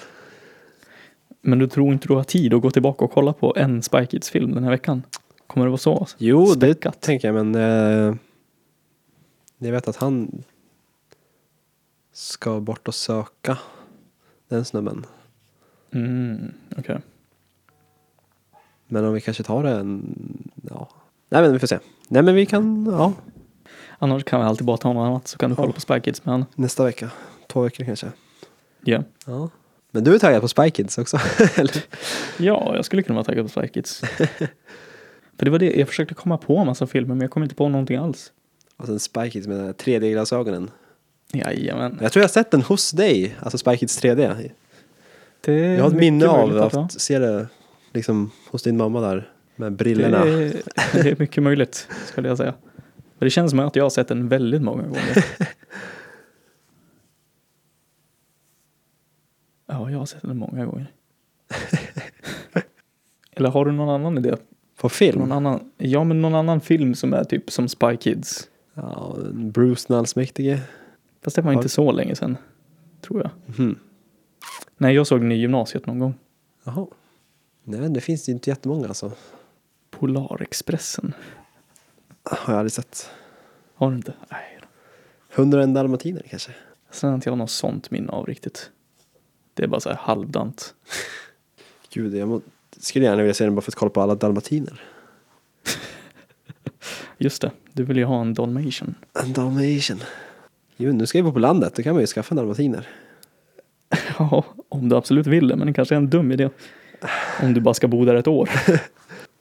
[SPEAKER 2] Men du tror inte du har tid att gå tillbaka och kolla på en Spy Kids-film den här veckan? Kommer det vara så?
[SPEAKER 1] Jo, det
[SPEAKER 2] Späckat.
[SPEAKER 1] tänker jag, men eh, jag vet att han ska bort och söka den snubben.
[SPEAKER 2] Mm, okej.
[SPEAKER 1] Men om vi kanske tar en, ja. Nej men vi får se. Nej men vi kan, ja,
[SPEAKER 2] Annars kan vi alltid bara ta något annat så kan du kolla på Spy Kids med honom.
[SPEAKER 1] nästa vecka. Två veckor kanske.
[SPEAKER 2] Ja.
[SPEAKER 1] Ja. Men du är taggad på Spy Kids också? (laughs) Eller?
[SPEAKER 2] Ja, jag skulle kunna vara taggad på Spy
[SPEAKER 1] (laughs)
[SPEAKER 2] Kids. För det var det, jag försökte komma på en massa filmer men jag kom inte på någonting alls.
[SPEAKER 1] Och sen Spy Kids med den här 3D-glasögonen.
[SPEAKER 2] Jajamän.
[SPEAKER 1] Jag tror jag har sett den hos dig, alltså Spy Kids 3D.
[SPEAKER 2] Det
[SPEAKER 1] Jag har ett minne av att se det liksom hos din mamma där med
[SPEAKER 2] det
[SPEAKER 1] brillorna.
[SPEAKER 2] är, det är mycket möjligt, skulle jag säga. Men det känns som att jag har sett den väldigt många gånger.
[SPEAKER 1] (laughs)
[SPEAKER 2] Ja, jag har sett den många gånger. (laughs) Eller har du någon annan idé?
[SPEAKER 1] På film?
[SPEAKER 2] Någon annan, ja, men någon annan film som är typ som Spy Kids.
[SPEAKER 1] Ja, Bruce den allsmäktige.
[SPEAKER 2] Fast det var
[SPEAKER 1] Har-
[SPEAKER 2] inte så länge sedan, tror jag.
[SPEAKER 1] Mhm.
[SPEAKER 2] Nej, jag såg den i gymnasiet någon gång.
[SPEAKER 1] Jaha. Nej, det finns ju inte jättemånga alltså.
[SPEAKER 2] Polarexpressen.
[SPEAKER 1] Har jag aldrig sett.
[SPEAKER 2] Har du inte? Nej. då.
[SPEAKER 1] 101 dalmatiner kanske?
[SPEAKER 2] Sen har inte jag något sånt minne av riktigt. Det är bara så här halvdant.
[SPEAKER 1] Gud, jag må... skulle gärna vilja se den bara för att kolla på alla dalmatiner.
[SPEAKER 2] Just det, du vill ju ha en dalmation.
[SPEAKER 1] En dalmation. Jo, nu ska jag bo på landet. Då kan man ju skaffa dalmatiner.
[SPEAKER 2] (laughs) Ja,
[SPEAKER 1] (laughs)
[SPEAKER 2] om du absolut vill det, men det kanske är en dum idé. Om du bara ska bo där ett år.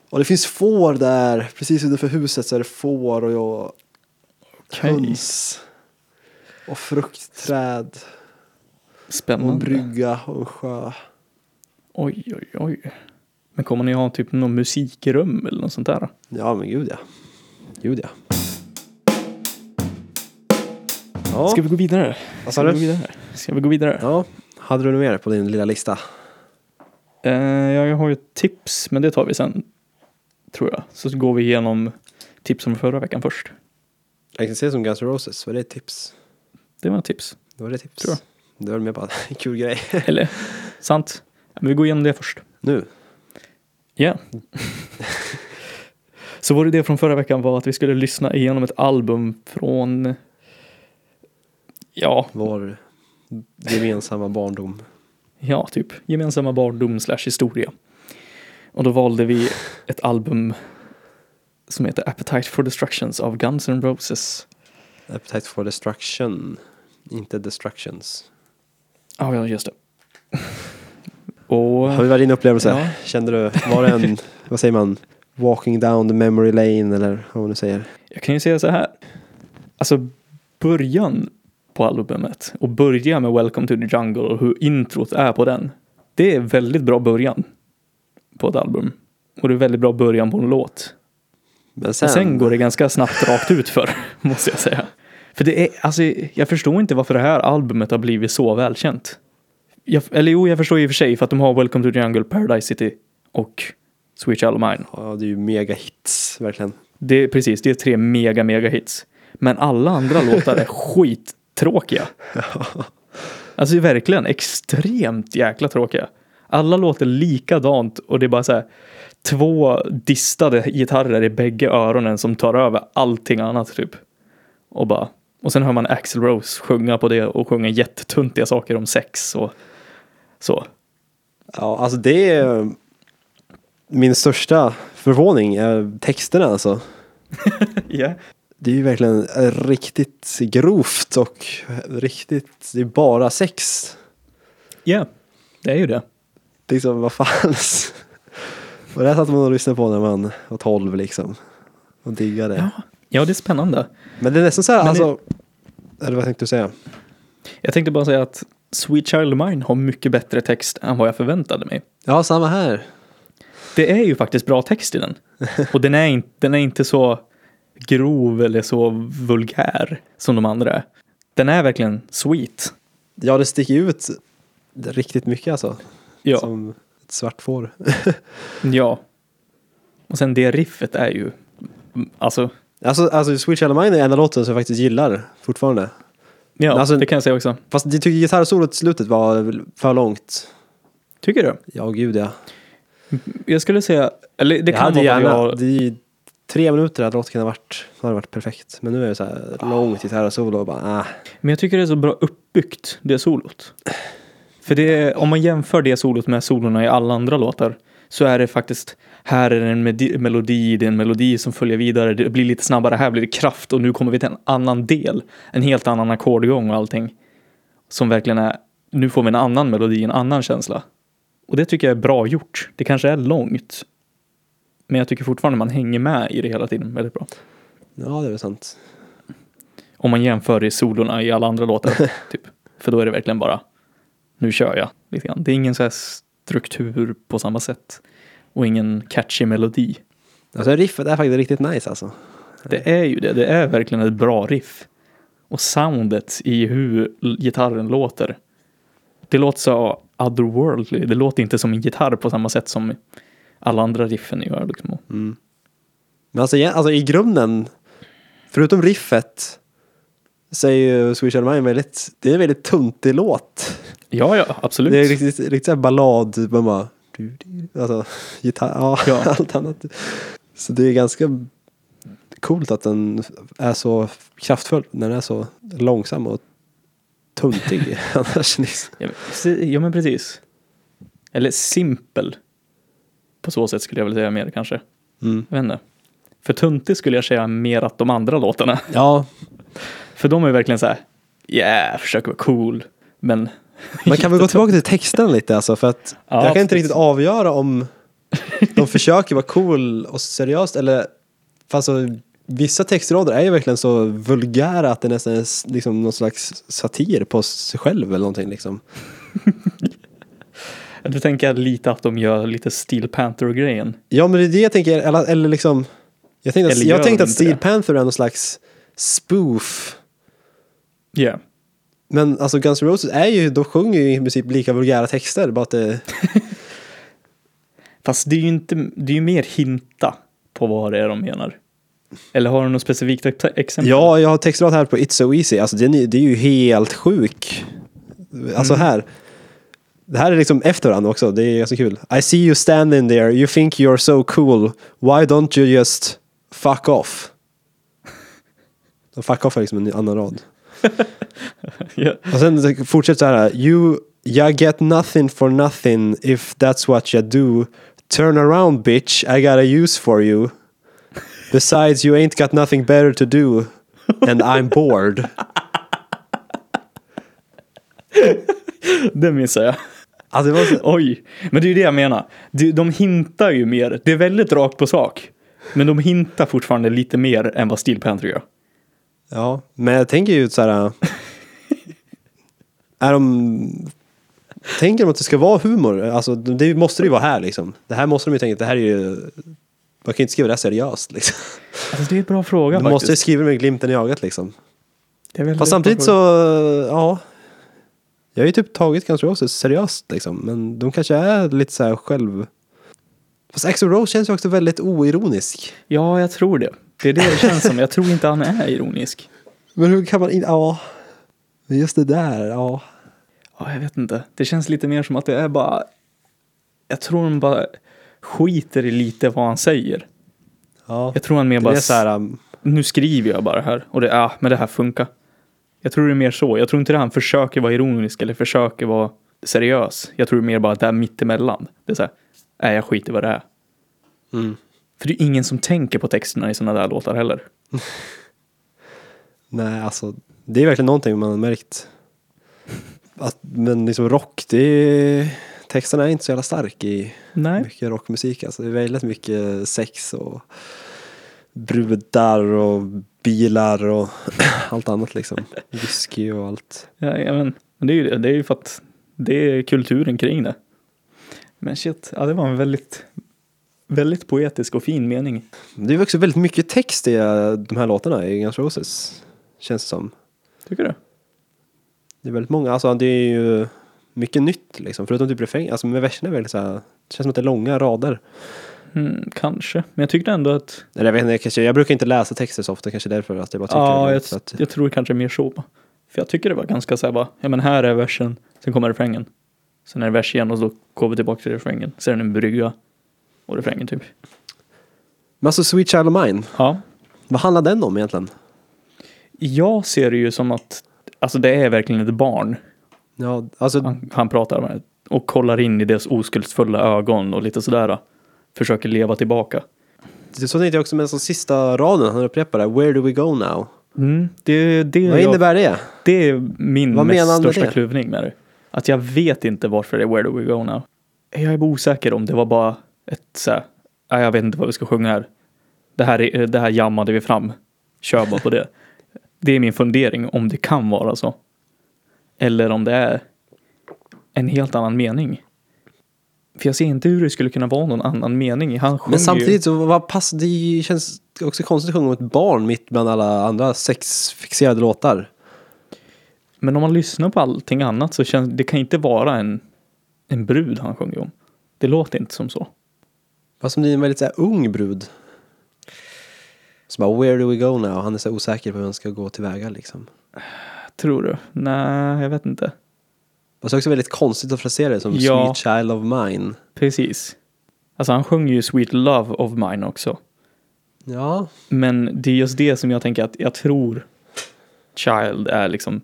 [SPEAKER 1] Och det finns får där. Precis utanför huset så är det får och jag,
[SPEAKER 2] Okej.
[SPEAKER 1] höns. Och fruktträd. Och en
[SPEAKER 2] Spännande.
[SPEAKER 1] brygga och en sjö.
[SPEAKER 2] Oj, oj, oj. Men kommer ni ha typ något musikrum eller något sånt där?
[SPEAKER 1] Ja men gud ja. Gud ja. Ja,
[SPEAKER 2] Ska vi gå vidare?
[SPEAKER 1] vad
[SPEAKER 2] Ska
[SPEAKER 1] sa
[SPEAKER 2] vi gå
[SPEAKER 1] du?
[SPEAKER 2] vidare? Ska vi gå vidare?
[SPEAKER 1] Ja, hade du något mer på din lilla lista?
[SPEAKER 2] Eh, jag har ju ett tips, men det tar vi sen. Tror jag. Så går vi igenom tips från förra veckan först.
[SPEAKER 1] Jag kan se som Guns N' Roses, var det ett tips?
[SPEAKER 2] Det var ett tips.
[SPEAKER 1] Det var det ett tips.
[SPEAKER 2] Tror jag.
[SPEAKER 1] Du höll med på en kul grej.
[SPEAKER 2] Eller, sant. Ja, Men vi går igenom det först.
[SPEAKER 1] Nu,
[SPEAKER 2] Ja. (laughs) Så vår idé från förra veckan var att vi skulle lyssna igenom ett album från... Ja,
[SPEAKER 1] vår gemensamma barndom.
[SPEAKER 2] ja typ. Gemensamma barndom slash historia. Och då valde vi ett album som heter Appetite for Destructions av Guns N' Roses.
[SPEAKER 1] Appetite for destruction, inte destructions.
[SPEAKER 2] Ja, ja, just det. Och...
[SPEAKER 1] Hur var din upplevelse?
[SPEAKER 2] Ja.
[SPEAKER 1] Kände du, var det
[SPEAKER 2] (laughs)
[SPEAKER 1] en, vad säger man, walking down the memory lane eller vad man nu säger?
[SPEAKER 2] Jag kan ju säga så här. Alltså början på albumet och börja med Welcome to the Jungle och hur introt är på den. Det är väldigt bra början på ett album. Och det är väldigt bra början på en låt.
[SPEAKER 1] Men sen,
[SPEAKER 2] Sen, sen går det ganska snabbt rakt ut för, (laughs) måste jag säga. För det är, alltså jag förstår inte varför det här albumet har blivit så välkänt. Jag, eller jo, jag förstår i och för sig för att de har Welcome to the Jungle, Paradise City och Sweet Child of Mine.
[SPEAKER 1] Ja, det är ju mega hits, verkligen.
[SPEAKER 2] Det är precis, det är tre mega, mega hits. Men alla (laughs) andra låtar är (laughs) skittråkiga. Alltså verkligen extremt jäkla tråkiga. Alla låter likadant och det är bara så här två distade gitarrer i bägge öronen som tar över allting annat typ. Och bara, och sen hör man Axl Rose sjunga på det och sjunga jättetuntiga saker om sex och så.
[SPEAKER 1] Ja, alltså det är min största förvåning, är texterna alltså.
[SPEAKER 2] (laughs) Ja.
[SPEAKER 1] Det är ju verkligen riktigt grovt och riktigt, det är bara sex.
[SPEAKER 2] Ja, det är ju det.
[SPEAKER 1] Liksom vad fan. Och det här satt man och lyssnade på när man var 12 liksom. Och diggade.
[SPEAKER 2] Ja, ja det är spännande.
[SPEAKER 1] Men det är nästan så här,
[SPEAKER 2] Men
[SPEAKER 1] alltså. Eller vad tänkte du säga?
[SPEAKER 2] Jag tänkte bara säga att Sweet Child of Mine har mycket bättre text än vad jag förväntade mig.
[SPEAKER 1] Ja, samma här.
[SPEAKER 2] Det är ju faktiskt bra text i
[SPEAKER 1] (laughs)
[SPEAKER 2] den. Och den är, inte, den är inte så grov eller så vulgär som de andra är. Den är verkligen sweet.
[SPEAKER 1] Ja, det sticker ut riktigt mycket alltså.
[SPEAKER 2] Ja.
[SPEAKER 1] Som ett svart får.
[SPEAKER 2] ja. Och sen det riffet är ju, alltså,
[SPEAKER 1] Alltså, alltså Sweet Child of Mine är enda låten som jag faktiskt gillar fortfarande.
[SPEAKER 2] ja,
[SPEAKER 1] Alltså-
[SPEAKER 2] det kan jag säga också.
[SPEAKER 1] Fast jag tycker gitarrsolot i slutet var för långt.
[SPEAKER 2] Tycker du?
[SPEAKER 1] Ja, gud ja.
[SPEAKER 2] Jag skulle säga, eller det
[SPEAKER 1] jag
[SPEAKER 2] kan
[SPEAKER 1] hade
[SPEAKER 2] vara
[SPEAKER 1] gärna,
[SPEAKER 2] jag...
[SPEAKER 1] det är ju tre minuter hade låten kunnat varit, hade varit perfekt. Men nu är det så här långt gitarrsolo och bara, ah.
[SPEAKER 2] Men jag tycker det är så bra uppbyggt, det solot. För det är, om man jämför det solot med solorna i alla andra låtar så är det faktiskt, här är det en medi- melodi, det är en melodi som följer vidare, det blir lite snabbare, här blir det kraft och nu kommer vi till en annan del, en helt annan ackordgång och allting. Som verkligen är, nu får vi en annan melodi, en annan känsla. Och det tycker jag är bra gjort. Det kanske är långt. Men jag tycker fortfarande man hänger med i det hela tiden väldigt bra.
[SPEAKER 1] Ja, det är väl sant.
[SPEAKER 2] Om man jämför i solorna i alla andra
[SPEAKER 1] (laughs)
[SPEAKER 2] låtar. typ. För då är det verkligen bara, nu kör jag. Lite grann. Det är ingen så här struktur på samma sätt. Och ingen catchy melodi.
[SPEAKER 1] Alltså riffet är faktiskt riktigt nice alltså.
[SPEAKER 2] Det är ju det, det är verkligen ett bra riff. Och soundet i hur l- gitarren låter. Det låter så otherworldly, det låter inte som en gitarr på samma sätt som alla andra riffen gör. Liksom.
[SPEAKER 1] Mm. Men alltså, igen- alltså i grunden, förutom riffet, så är ju Swedish Mine väldigt, det är en väldigt tuntig låt.
[SPEAKER 2] Ja, ja, absolut.
[SPEAKER 1] Det är riktigt, riktigt såhär ballad, man bara, du- du- alltså gitarr, ja,
[SPEAKER 2] Ja.
[SPEAKER 1] allt annat. Så det är ganska coolt att den är så kraftfull när den är så långsam och tuntig (laughs) annars. Liksom.
[SPEAKER 2] Ja, men precis- Ja men precis. Eller simpel. På så sätt skulle jag vilja säga mer kanske.
[SPEAKER 1] Mm.
[SPEAKER 2] Jag vet inte. För tuntig skulle jag säga mer att de andra låtarna. (laughs)
[SPEAKER 1] Ja,
[SPEAKER 2] För de är verkligen så här. Yeah, försöker vara cool. Men
[SPEAKER 1] Man kan väl gå tillbaka till texten lite alltså för att
[SPEAKER 2] Ja,
[SPEAKER 1] jag kan inte
[SPEAKER 2] precis.
[SPEAKER 1] riktigt avgöra om de försöker vara cool och seriöst eller fast så, vissa textrader är ju verkligen så vulgära att det nästan är s- liksom någon slags satir på sig själv eller någonting liksom.
[SPEAKER 2] Du tänker lite att de gör lite Steel Panther-grejen.
[SPEAKER 1] Ja men det är det jag tänker, eller, eller liksom jag tänkte, att,
[SPEAKER 2] Eller gör
[SPEAKER 1] jag tänkte
[SPEAKER 2] de
[SPEAKER 1] att
[SPEAKER 2] inte
[SPEAKER 1] Steel
[SPEAKER 2] det?
[SPEAKER 1] Panther är någon slags spoof
[SPEAKER 2] Ja.
[SPEAKER 1] men alltså Guns N' Roses är ju, de sjunger ju i princip lika vulgära texter bara att det,
[SPEAKER 2] Fast det är ju inte, det är ju mer hinta på vad det är de menar. Eller har du något specifikt ex- exempel?
[SPEAKER 1] Ja, jag har textrad här på It's So Easy. Alltså den är, det är ju helt sjuk. Alltså här. Det här är liksom efter varandra också. Det är ganska kul. I see you standing there. You think you're so cool. Why don't you just fuck off? De fuck off är liksom en annan rad.
[SPEAKER 2] (laughs) Ja.
[SPEAKER 1] Och sen fortsätter så här. You, you get nothing for nothing if that's what you do. Turn around bitch, I got a use for you. Besides you ain't got nothing better to do. And I'm bored.
[SPEAKER 2] Det missar jag.
[SPEAKER 1] Alltså det var så,
[SPEAKER 2] (laughs) Oj, men det är ju det jag menar. Det- De hintar ju mer. Det är väldigt rakt på sak. Men de hintar fortfarande lite mer än vad Steel Panther gör.
[SPEAKER 1] ja, men jag tänker ju så här. äh, Är de... Tänker de att det ska vara humor? Alltså det måste det ju vara här liksom. Det här måste de ju tänka, det här är ju... Man kan ju inte skriva det här seriöst liksom.
[SPEAKER 2] Alltså det är en bra fråga
[SPEAKER 1] De
[SPEAKER 2] faktiskt.
[SPEAKER 1] måste ju skriva det med glimten i ögat liksom.
[SPEAKER 2] Det är väldigt
[SPEAKER 1] Fast samtidigt
[SPEAKER 2] bra
[SPEAKER 1] så,
[SPEAKER 2] fråga.
[SPEAKER 1] ja. Jag har ju typ tagit Guns N' Roses seriöst liksom. Men de kanske är lite så här själv... Fast Axl Rose känns ju också väldigt oironisk.
[SPEAKER 2] Ja, jag tror det. Det är det det känns som. Jag tror inte han är ironisk.
[SPEAKER 1] Men hur kan man inte... Ja. Men Just det där, ja.
[SPEAKER 2] Ja, jag vet inte. Det känns lite mer som att det är bara... Jag tror de bara skiter i lite vad han säger.
[SPEAKER 1] ja.
[SPEAKER 2] Jag tror han mer
[SPEAKER 1] det är
[SPEAKER 2] bara
[SPEAKER 1] så här... um,
[SPEAKER 2] nu skriver jag bara här och det, ja, men det här funkar. Jag tror det är mer så. Jag tror inte det han försöker vara ironisk eller försöker vara seriös. Jag tror det är mer bara att det är mittemellan. Det är så här, nej jag skiter i vad det är.
[SPEAKER 1] Mm.
[SPEAKER 2] För det är ingen som tänker på texterna i sådana där låtar heller.
[SPEAKER 1] Nej, alltså. Det är verkligen någonting man har märkt. Att, men liksom rock, det är... Texterna är inte så jävla stark i
[SPEAKER 2] Nej.
[SPEAKER 1] mycket rockmusik. Alltså, det är väldigt mycket sex och brudar och bilar och (clears throat) allt annat liksom. Whisky och allt.
[SPEAKER 2] Ja, ja, men, men det är ju det. Det är ju för att det är kulturen kring det. Men shit, ja, det var en väldigt, väldigt poetisk och fin mening.
[SPEAKER 1] Det är också väldigt mycket text i eh, de här låtarna i Guns N' Roses. Känns det som.
[SPEAKER 2] Tycker du?
[SPEAKER 1] Det är väldigt många, alltså det är ju mycket nytt liksom. Förutom typ refräng, alltså med verserna är väldigt så här, det känns som att det är långa rader.
[SPEAKER 2] Mm, kanske, men jag tyckte ändå att
[SPEAKER 1] Eller jag vet inte, jag, kanske, jag brukar inte läsa texter så ofta, kanske därför att jag bara tycker
[SPEAKER 2] Ja,
[SPEAKER 1] det är
[SPEAKER 2] jag,
[SPEAKER 1] roligt, för att,
[SPEAKER 2] jag tror kanske mer så. bara. För jag tycker det var ganska så här bara, ja men här är versen, sen kommer refrängen. Sen är det vers igen och så går vi tillbaka till refrängen. Sen är det en brygga och refrängen typ.
[SPEAKER 1] Men alltså Sweet Child of Mine,
[SPEAKER 2] Ja,
[SPEAKER 1] vad handlar den om egentligen?
[SPEAKER 2] jag ser det ju som att, alltså det är verkligen ett barn
[SPEAKER 1] Ja, alltså
[SPEAKER 2] han, han pratar med. Och kollar in i deras oskuldsfulla ögon och lite sådär. Försöker leva tillbaka.
[SPEAKER 1] Det så tänkte jag också med den så sista raden han upprepade, Where do we go now?
[SPEAKER 2] Mm, det, det,
[SPEAKER 1] Vad innebär det?
[SPEAKER 2] det är min
[SPEAKER 1] Vad menar
[SPEAKER 2] mest
[SPEAKER 1] han med
[SPEAKER 2] största
[SPEAKER 1] det?
[SPEAKER 2] kluvning med det. Att jag vet inte varför det är Where Do We Go Now. Jag är bara osäker om det var bara ett så här, "Nej, jag vet inte vad vi ska sjunga här. Det här, är- det här jammade vi fram. Kör bara på
[SPEAKER 1] (laughs)
[SPEAKER 2] det. Det är min fundering om det kan vara så. Eller om det är en helt annan mening. För jag ser inte hur det skulle kunna vara någon annan mening. Han sjunger
[SPEAKER 1] Men
[SPEAKER 2] ju-
[SPEAKER 1] samtidigt så vad pass, det känns också konstigt att sjunga om ett barn mitt bland alla andra sexfixerade låtar.
[SPEAKER 2] Men om man lyssnar på allting annat så känns det kan inte vara en, en brud han sjunger om. Det låter inte som så.
[SPEAKER 1] Fast om det är en väldigt så här, ung brud. Som bara, where do we go now? Han är så här osäker på hur han ska gå tillväga liksom.
[SPEAKER 2] Tror du? Nej, jag vet inte.
[SPEAKER 1] Och så är det också väldigt konstigt att frasera det som
[SPEAKER 2] Ja.
[SPEAKER 1] Sweet Child of Mine.
[SPEAKER 2] Precis. Alltså han sjunger ju Sweet Love of Mine också.
[SPEAKER 1] Ja,
[SPEAKER 2] Men det är just det som jag tänker att jag tror Child är liksom,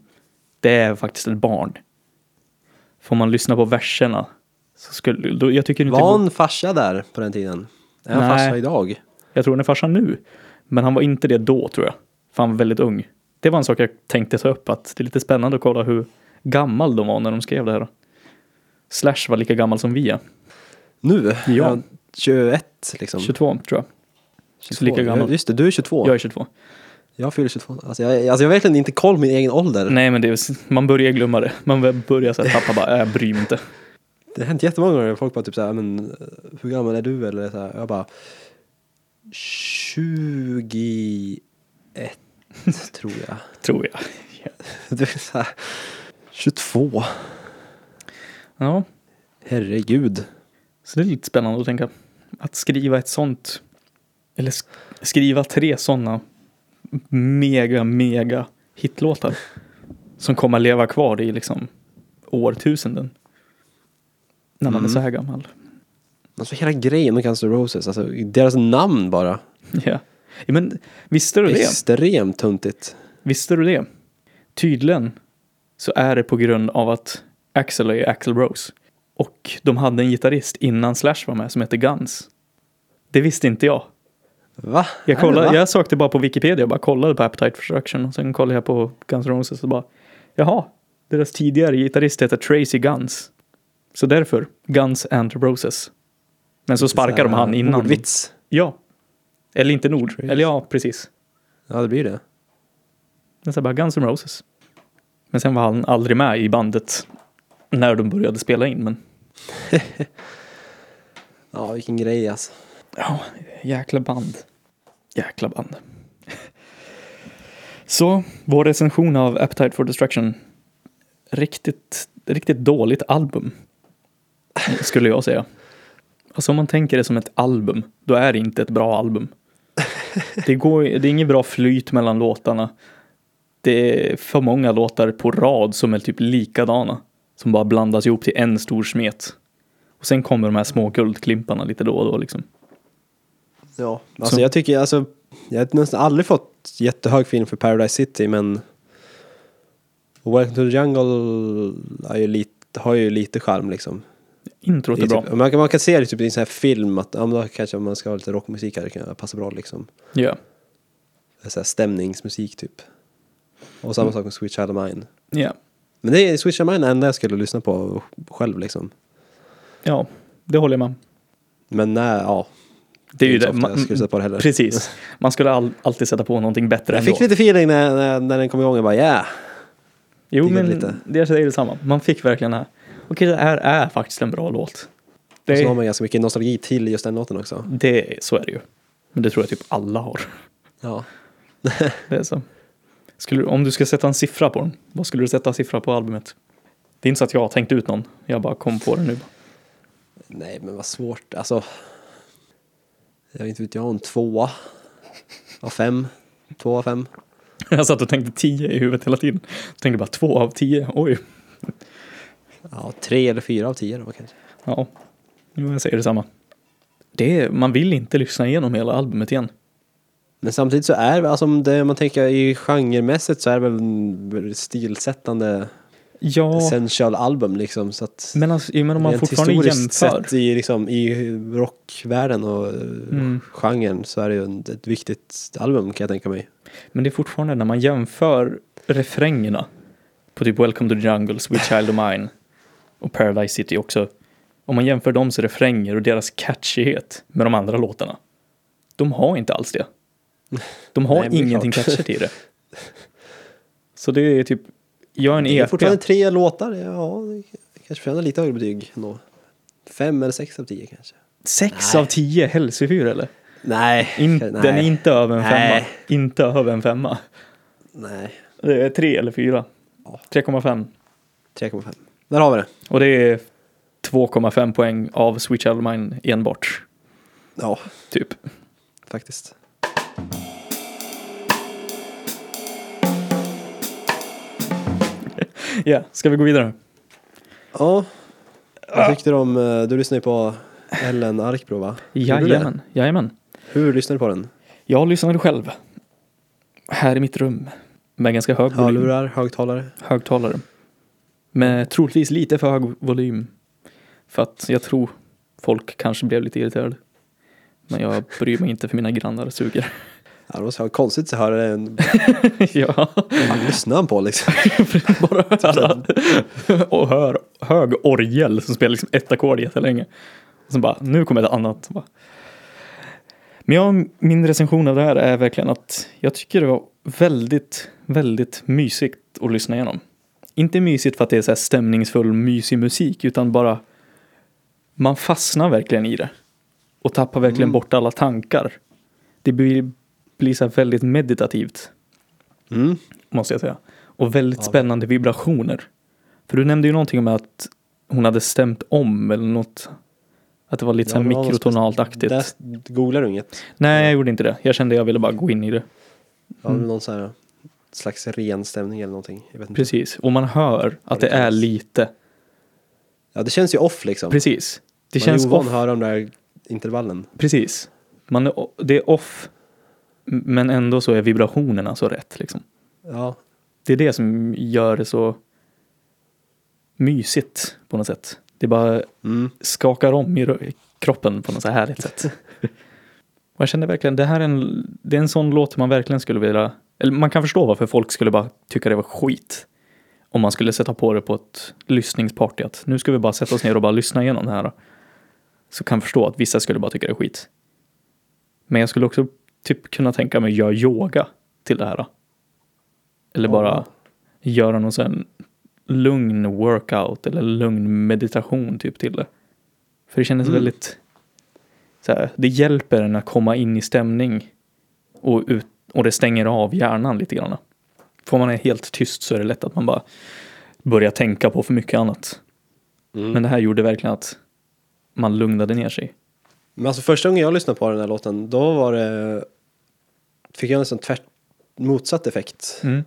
[SPEAKER 2] det är faktiskt ett barn. Får man lyssna på verserna så skulle, då, jag tycker inte...
[SPEAKER 1] var han farsa där på den tiden? Är han
[SPEAKER 2] Nej.
[SPEAKER 1] farsa idag?
[SPEAKER 2] Jag tror han är farsa nu. Men han var inte det då tror jag. För han var väldigt ung. Det var en sak jag tänkte ta upp. Att det är lite spännande att kolla hur gammal de var när de skrev det här. Slash var lika gammal som vi är.
[SPEAKER 1] Nu?
[SPEAKER 2] Ja.
[SPEAKER 1] Jag 21 liksom.
[SPEAKER 2] 22 tror jag. så lika gammal.
[SPEAKER 1] Just det, du är 22.
[SPEAKER 2] Jag är
[SPEAKER 1] Jag,
[SPEAKER 2] 22.
[SPEAKER 1] fyller 22. Alltså jag, alltså jag har verkligen inte koll på min egen ålder.
[SPEAKER 2] Nej men det är, man börjar glömma det. Man börjar så här tappa bara, "Äh, jag bryr mig inte.
[SPEAKER 1] Det har hänt jättemånga gånger. Folk bara typ såhär, men eh, hur gammal är du? Eller så här, jag bara 21
[SPEAKER 2] (laughs)
[SPEAKER 1] tror jag.
[SPEAKER 2] Tror jag.
[SPEAKER 1] Det är så här, 22.
[SPEAKER 2] Ja,
[SPEAKER 1] Herregud.
[SPEAKER 2] så det är lite spännande att tänka. Att skriva ett sånt, eller sk- skriva tre sådana mega, mega hitlåtar. Som kommer att leva kvar i liksom årtusenden. När man är
[SPEAKER 1] Mm.
[SPEAKER 2] så här gammal.
[SPEAKER 1] Alltså hela grejen med Guns N' Roses, alltså deras namn bara.
[SPEAKER 2] Ja. ja men visste du det?
[SPEAKER 1] Extremt tuntigt.
[SPEAKER 2] Visste du det? Tydligen så är det på grund av att Axel är Axel Rose. Och de hade en gitarrist innan Slash var med som hette Guns. Det visste inte jag.
[SPEAKER 1] Va?
[SPEAKER 2] Jag,
[SPEAKER 1] Nej,
[SPEAKER 2] kollade,
[SPEAKER 1] va?
[SPEAKER 2] jag sökte bara på Wikipedia, jag bara kollade på Appetite for Destruction och sen kollade jag på Guns N' Roses och bara jaha, deras tidigare gitarrist heter Tracy Guns. Så därför, Guns and Roses. Men så sparkade de
[SPEAKER 1] här,
[SPEAKER 2] han innan.
[SPEAKER 1] Ordvits.
[SPEAKER 2] Ja. Eller inte Nord,
[SPEAKER 1] Tracy.
[SPEAKER 2] eller ja, precis.
[SPEAKER 1] Ja, det blir det.
[SPEAKER 2] Men sen bara Guns N' Roses. Men sen var han aldrig med i bandet när de började spela in. Men
[SPEAKER 1] Ja, vilken grej alltså.
[SPEAKER 2] ja, jäkla band. Jäkla band. Så vår recension av Appetite for Destruction. Riktigt, riktigt dåligt album. Skulle jag säga. Alltså om man tänker det som ett album, då är det inte ett bra album. Det, går, det är inget bra flyt mellan låtarna. Det är för många låtar på rad som är typ likadana. Som bara blandas ihop till en stor smet. Och sen kommer de här små guldklimparna lite då och då liksom.
[SPEAKER 1] Ja, alltså
[SPEAKER 2] Så-
[SPEAKER 1] jag tycker, alltså, jag har nästan aldrig fått jättehög film för Paradise City, men Welcome to the Jungle är ju lite, har ju lite charm liksom.
[SPEAKER 2] Introt
[SPEAKER 1] Det
[SPEAKER 2] är
[SPEAKER 1] är
[SPEAKER 2] bra.
[SPEAKER 1] typ, man, kan, man kan se det typ i en sån här film, att ja, men då kanske man ska ha lite rockmusik här, det kan passa bra liksom.
[SPEAKER 2] Ja.
[SPEAKER 1] Så här stämningsmusik typ. Och
[SPEAKER 2] Mm.
[SPEAKER 1] samma sak med Sweet Child of Mine.
[SPEAKER 2] Ja.
[SPEAKER 1] Men det är, Sweet Child of Mine är det enda jag skulle lyssna på själv liksom.
[SPEAKER 2] ja, det håller jag med om.
[SPEAKER 1] Men nej, ja.
[SPEAKER 2] Det är ju
[SPEAKER 1] inte
[SPEAKER 2] det.
[SPEAKER 1] så ofta jag skulle
[SPEAKER 2] Man,
[SPEAKER 1] sätta på det heller.
[SPEAKER 2] precis. (laughs) Man skulle all, alltid sätta på någonting bättre
[SPEAKER 1] Jag
[SPEAKER 2] ändå.
[SPEAKER 1] fick lite feeling när, när, när den kom igång, jag bara yeah.
[SPEAKER 2] jo,
[SPEAKER 1] fick jag
[SPEAKER 2] men
[SPEAKER 1] lite.
[SPEAKER 2] det jag säger är detsamma. Man fick verkligen det här. Okej, det här är faktiskt en bra låt. Det
[SPEAKER 1] Och så har
[SPEAKER 2] är,
[SPEAKER 1] man ganska mycket nostalgi till just den låten också.
[SPEAKER 2] det, så är det ju. Men det tror jag typ alla har.
[SPEAKER 1] Ja.
[SPEAKER 2] Det är så. Skulle, du- om du ska sätta en siffra på den, vad skulle du sätta siffra på albumet? Det är inte så att jag har tänkt ut någon. Jag bara kom på det nu. (laughs)
[SPEAKER 1] Nej, men vad svårt. Alltså, jag vet inte vet jag, en tvåa av fem. Två av fem.
[SPEAKER 2] Jag satt och tänkte 10 i huvudet hela tiden. Jag tänkte bara två av 10. Oj.
[SPEAKER 1] Ja, tre eller fyra av tio då kanske.
[SPEAKER 2] Ja, jo, jag säger detsamma. Det är, man vill inte lyssna igenom hela albumet igen.
[SPEAKER 1] Men samtidigt så är alltså, om det, man tänker i genremässigt så är det väl en stilsättande
[SPEAKER 2] Ja,
[SPEAKER 1] essential album liksom. Så att
[SPEAKER 2] men, alltså, jag menar, om man
[SPEAKER 1] rent
[SPEAKER 2] fortfarande
[SPEAKER 1] historiskt
[SPEAKER 2] jämför.
[SPEAKER 1] sett i, liksom, i rockvärlden och mm.
[SPEAKER 2] Mm.
[SPEAKER 1] genren så är det ju en- ett viktigt album kan jag tänka mig.
[SPEAKER 2] Men det är fortfarande när man jämför refrängerna på typ Welcome to the Jungle, Sweet Child of Mine och Paradise City också. Om man jämför dems refränger och deras catchighet med de andra låtarna. De har inte alls det. De har
[SPEAKER 1] (laughs) Nej, men det är
[SPEAKER 2] ingenting
[SPEAKER 1] klart.
[SPEAKER 2] catchigt i det. Så det är typ, jag är en
[SPEAKER 1] Det är
[SPEAKER 2] EP.
[SPEAKER 1] fortfarande tre låtar, ja, det kanske förtjänar lite högre betyg ändå. Fem eller sex av tio kanske.
[SPEAKER 2] Sex
[SPEAKER 1] Nej.
[SPEAKER 2] av tio hälsefyr eller?
[SPEAKER 1] Nej,
[SPEAKER 2] In,
[SPEAKER 1] nej,
[SPEAKER 2] Den är inte över en femma.
[SPEAKER 1] Nej.
[SPEAKER 2] Inte över en femma.
[SPEAKER 1] nej.
[SPEAKER 2] Det är tre eller fyra.
[SPEAKER 1] Ja.
[SPEAKER 2] 3,5.
[SPEAKER 1] 3,5. Där har vi det.
[SPEAKER 2] Och det är 2,5 poäng av Switch Child of Mine enbart.
[SPEAKER 1] Ja,
[SPEAKER 2] Typ. (laughs)
[SPEAKER 1] faktiskt.
[SPEAKER 2] Ja, ska vi gå vidare?
[SPEAKER 1] Ja,
[SPEAKER 2] Ah.
[SPEAKER 1] vad tyckte du om, eh, du lyssnade ju på Ellen Arkbro va? Gjorde du det?
[SPEAKER 2] Jajamän. Jajamän.
[SPEAKER 1] Hur lyssnade du på den?
[SPEAKER 2] Jag lyssnade själv. Här i mitt rum. Med ganska hög volym.
[SPEAKER 1] Hörlurar, högtalare?
[SPEAKER 2] Högtalare. Med troligtvis lite för hög volym. För att jag tror folk kanske blev lite irriterade. Men jag bryr mig inte för mina grannar suger. (laughs)
[SPEAKER 1] Ja, det var så konstigt att höra den.
[SPEAKER 2] ja.
[SPEAKER 1] Vad lyssnar han på liksom?
[SPEAKER 2] (laughs) Bara höra. och hör hög orgel som spelar liksom ett ackord jättelänge. Och sen bara, nu kommer ett annat. Så Bara. Men jag, min recension av det här är verkligen att jag tycker det var väldigt, väldigt mysigt att lyssna igenom. Inte mysigt för att det är så här stämningsfull, mysig musik, utan bara man fastnar verkligen i det. Och tappar verkligen
[SPEAKER 1] Mm.
[SPEAKER 2] bort alla tankar. Det blir, blir så här väldigt meditativt
[SPEAKER 1] Mm.
[SPEAKER 2] måste jag säga. Och väldigt
[SPEAKER 1] Ja.
[SPEAKER 2] spännande vibrationer. För du nämnde ju någonting om att hon hade stämt om eller något. Att det var lite
[SPEAKER 1] Ja,
[SPEAKER 2] så här
[SPEAKER 1] det var något
[SPEAKER 2] mikrotonalt aktigt.
[SPEAKER 1] Där googlar du inget.
[SPEAKER 2] Nej, jag gjorde inte det. Jag kände jag ville bara gå in i det.
[SPEAKER 1] Ja, men Någon så här slags ren stämning eller någonting. Jag vet inte.
[SPEAKER 2] Mm. Precis. Och man hör att
[SPEAKER 1] det
[SPEAKER 2] det är
[SPEAKER 1] känns.
[SPEAKER 2] lite.
[SPEAKER 1] Ja, det känns ju off liksom.
[SPEAKER 2] Precis. Det
[SPEAKER 1] Man
[SPEAKER 2] känns
[SPEAKER 1] är ovan
[SPEAKER 2] off.
[SPEAKER 1] att höra de där intervallen.
[SPEAKER 2] Precis. Man är, o- det är off. m- Men ändå så är vibrationerna så rätt liksom.
[SPEAKER 1] Ja,
[SPEAKER 2] Det är det som gör det så mysigt på något sätt. Det är bara
[SPEAKER 1] mm.
[SPEAKER 2] skakar om i rö- kroppen på något så här härligt sätt. Och jag känner verkligen, det här är en, det är en sån låt man verkligen skulle vilja, eller man kan förstå varför folk skulle bara tycka det var skit. Om man skulle sätta på det på ett lyssningsparty, att nu ska vi bara sätta oss ner och bara lyssna igenom det här. då. Så kan jag förstå att vissa skulle bara tycka det är skit. Men jag skulle också typ kunna tänka mig att göra yoga till det här. då. Eller
[SPEAKER 1] Ja.
[SPEAKER 2] bara göra någon sån lugn workout eller lugn meditation typ till det. För det kändes
[SPEAKER 1] Mm.
[SPEAKER 2] väldigt, så här, det hjälper en att komma in i stämning och, ut, och det stänger av hjärnan lite grann. Får man är helt tyst så är det lätt att man bara börjar tänka på för mycket annat.
[SPEAKER 1] Mm.
[SPEAKER 2] Men
[SPEAKER 1] Men,
[SPEAKER 2] det här gjorde verkligen att man lugnade ner sig.
[SPEAKER 1] alltså första gången jag lyssnade på den här låten, då var det... Fick jag nästan tvärt motsatt effekt.
[SPEAKER 2] Mm.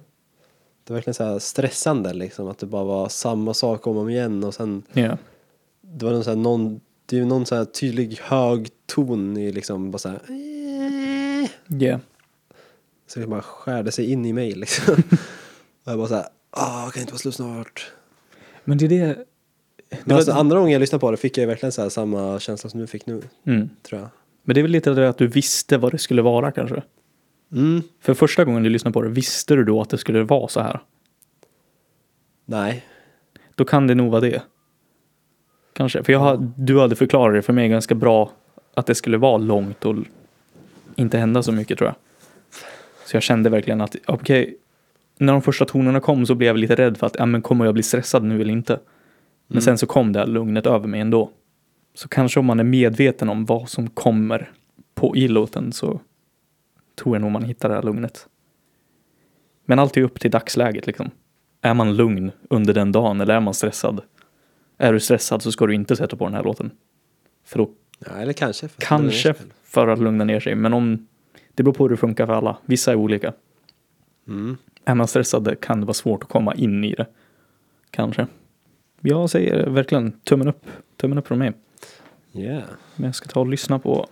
[SPEAKER 1] Det var verkligen så här stressande liksom, att det bara var samma sak om och om igen och sen
[SPEAKER 2] Ja.
[SPEAKER 1] det var någon, så här, någon, det är ju någon så här tydlig hög ton i liksom bara så här,
[SPEAKER 2] Yeah.
[SPEAKER 1] så det bara skärde sig in i mig
[SPEAKER 2] (laughs)
[SPEAKER 1] liksom. och jag bara så här, ah, kan inte vara slut snart.
[SPEAKER 2] Men det är det...
[SPEAKER 1] Men alltså, andra gången jag lyssnade på det fick jag verkligen så här samma känsla som du fick nu,
[SPEAKER 2] Mm.
[SPEAKER 1] tror jag.
[SPEAKER 2] Men det är väl lite det att du visste vad det skulle vara kanske?
[SPEAKER 1] Mm.
[SPEAKER 2] För första gången du lyssnade på det, visste du då att det skulle vara så här?
[SPEAKER 1] Nej.
[SPEAKER 2] Då kan det nog vara det. Kanske. För jag, har- du hade förklarat det för mig ganska bra att det skulle vara långt och inte hända så mycket tror jag. Så jag kände verkligen att, okej, när de första tonerna kom så blev jag lite rädd för att, ja men kommer jag bli stressad nu eller inte? Men
[SPEAKER 1] Mm.
[SPEAKER 2] sen så kom det här lugnet över mig ändå. Så kanske om man är medveten om vad som kommer på i låten så tror jag nog man hittar det här lugnet. Men allt är ju upp till dagsläget liksom. Är man lugn under den dagen eller är man stressad? Är du stressad så ska du inte sätta på den här låten. För då
[SPEAKER 1] Ja, eller kanske. fast Alltså, det är
[SPEAKER 2] kanske
[SPEAKER 1] väl-
[SPEAKER 2] för att lugna ner sig, men om det beror på hur det funkar för alla. Vissa är olika.
[SPEAKER 1] Mm.
[SPEAKER 2] Är man stressad kan det vara svårt att komma in i det. Kanske. Jag säger verkligen tummen upp. Tummen upp från mig.
[SPEAKER 1] Yeah.
[SPEAKER 2] Men jag ska ta och lyssna på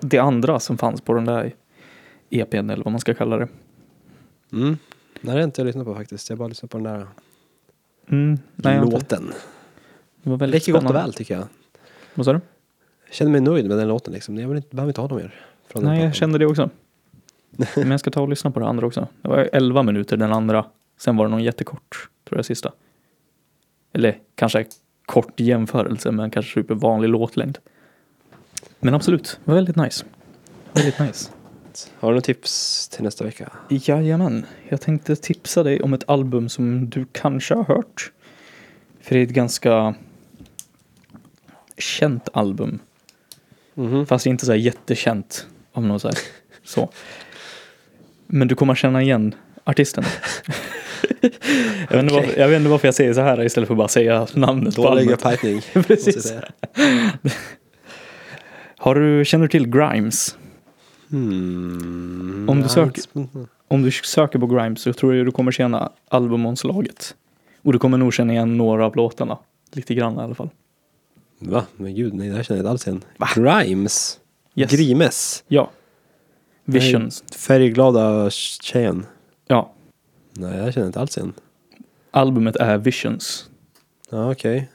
[SPEAKER 2] det andra som fanns på den där EPn eller vad man ska kalla det.
[SPEAKER 1] Mm. Nej, det har inte jag lyssnat på faktiskt. Jag har bara lyssnat på den där
[SPEAKER 2] Mm, nej, jag har inte.
[SPEAKER 1] låten.
[SPEAKER 2] Det var
[SPEAKER 1] Det
[SPEAKER 2] väldigt
[SPEAKER 1] räcker gott och
[SPEAKER 2] spännande.
[SPEAKER 1] väl tycker jag.
[SPEAKER 2] Vad sa du?
[SPEAKER 1] Jag känner mig nöjd med den låten liksom. Jag vill inte, behöver inte ha något mer. Från den
[SPEAKER 2] Nej, jag
[SPEAKER 1] plattan.
[SPEAKER 2] kände det också. Men jag ska ta och lyssna på det andra också. Det var 11 minuter den andra. Sen var det någon jättekort, tror jag, sista. Eller kanske kort i jämförelse, men kanske supervanlig låtlängd. Men absolut, det var väldigt nice. Väldigt nice.
[SPEAKER 1] Har du några tips till nästa vecka?
[SPEAKER 2] Jajamän, jag tänkte tipsa dig om ett album som du kanske har hört. För det är ett ganska känt album.
[SPEAKER 1] Mhm.
[SPEAKER 2] Fast det är inte så här jättekänt. Om någon så, här. så. Men du kommer känna igen artisten. jag, vet inte varför, jag vet inte varför jag säger så här istället för att bara säga namnet på
[SPEAKER 1] Dålig
[SPEAKER 2] albumet. (laughs)
[SPEAKER 1] pipning.
[SPEAKER 2] Precis. Har du, känner du till Grimes?
[SPEAKER 1] Hmm.
[SPEAKER 2] Om du
[SPEAKER 1] Ja,
[SPEAKER 2] söker-
[SPEAKER 1] inte-
[SPEAKER 2] Om du söker på Grimes så tror jag du kommer känna albumomslaget. Och du kommer nog känna igen några av låtarna. Lite grann i alla fall.
[SPEAKER 1] Va? Men gud, nej det här känner jag inte alls igen. Grimes?
[SPEAKER 2] Yes.
[SPEAKER 1] Grimes?
[SPEAKER 2] Ja. Visions.
[SPEAKER 1] Den Färgglada tjejen?
[SPEAKER 2] Ja.
[SPEAKER 1] Nej, det här känner jag inte alls igen.
[SPEAKER 2] Albumet är Visions.
[SPEAKER 1] Ja, okej.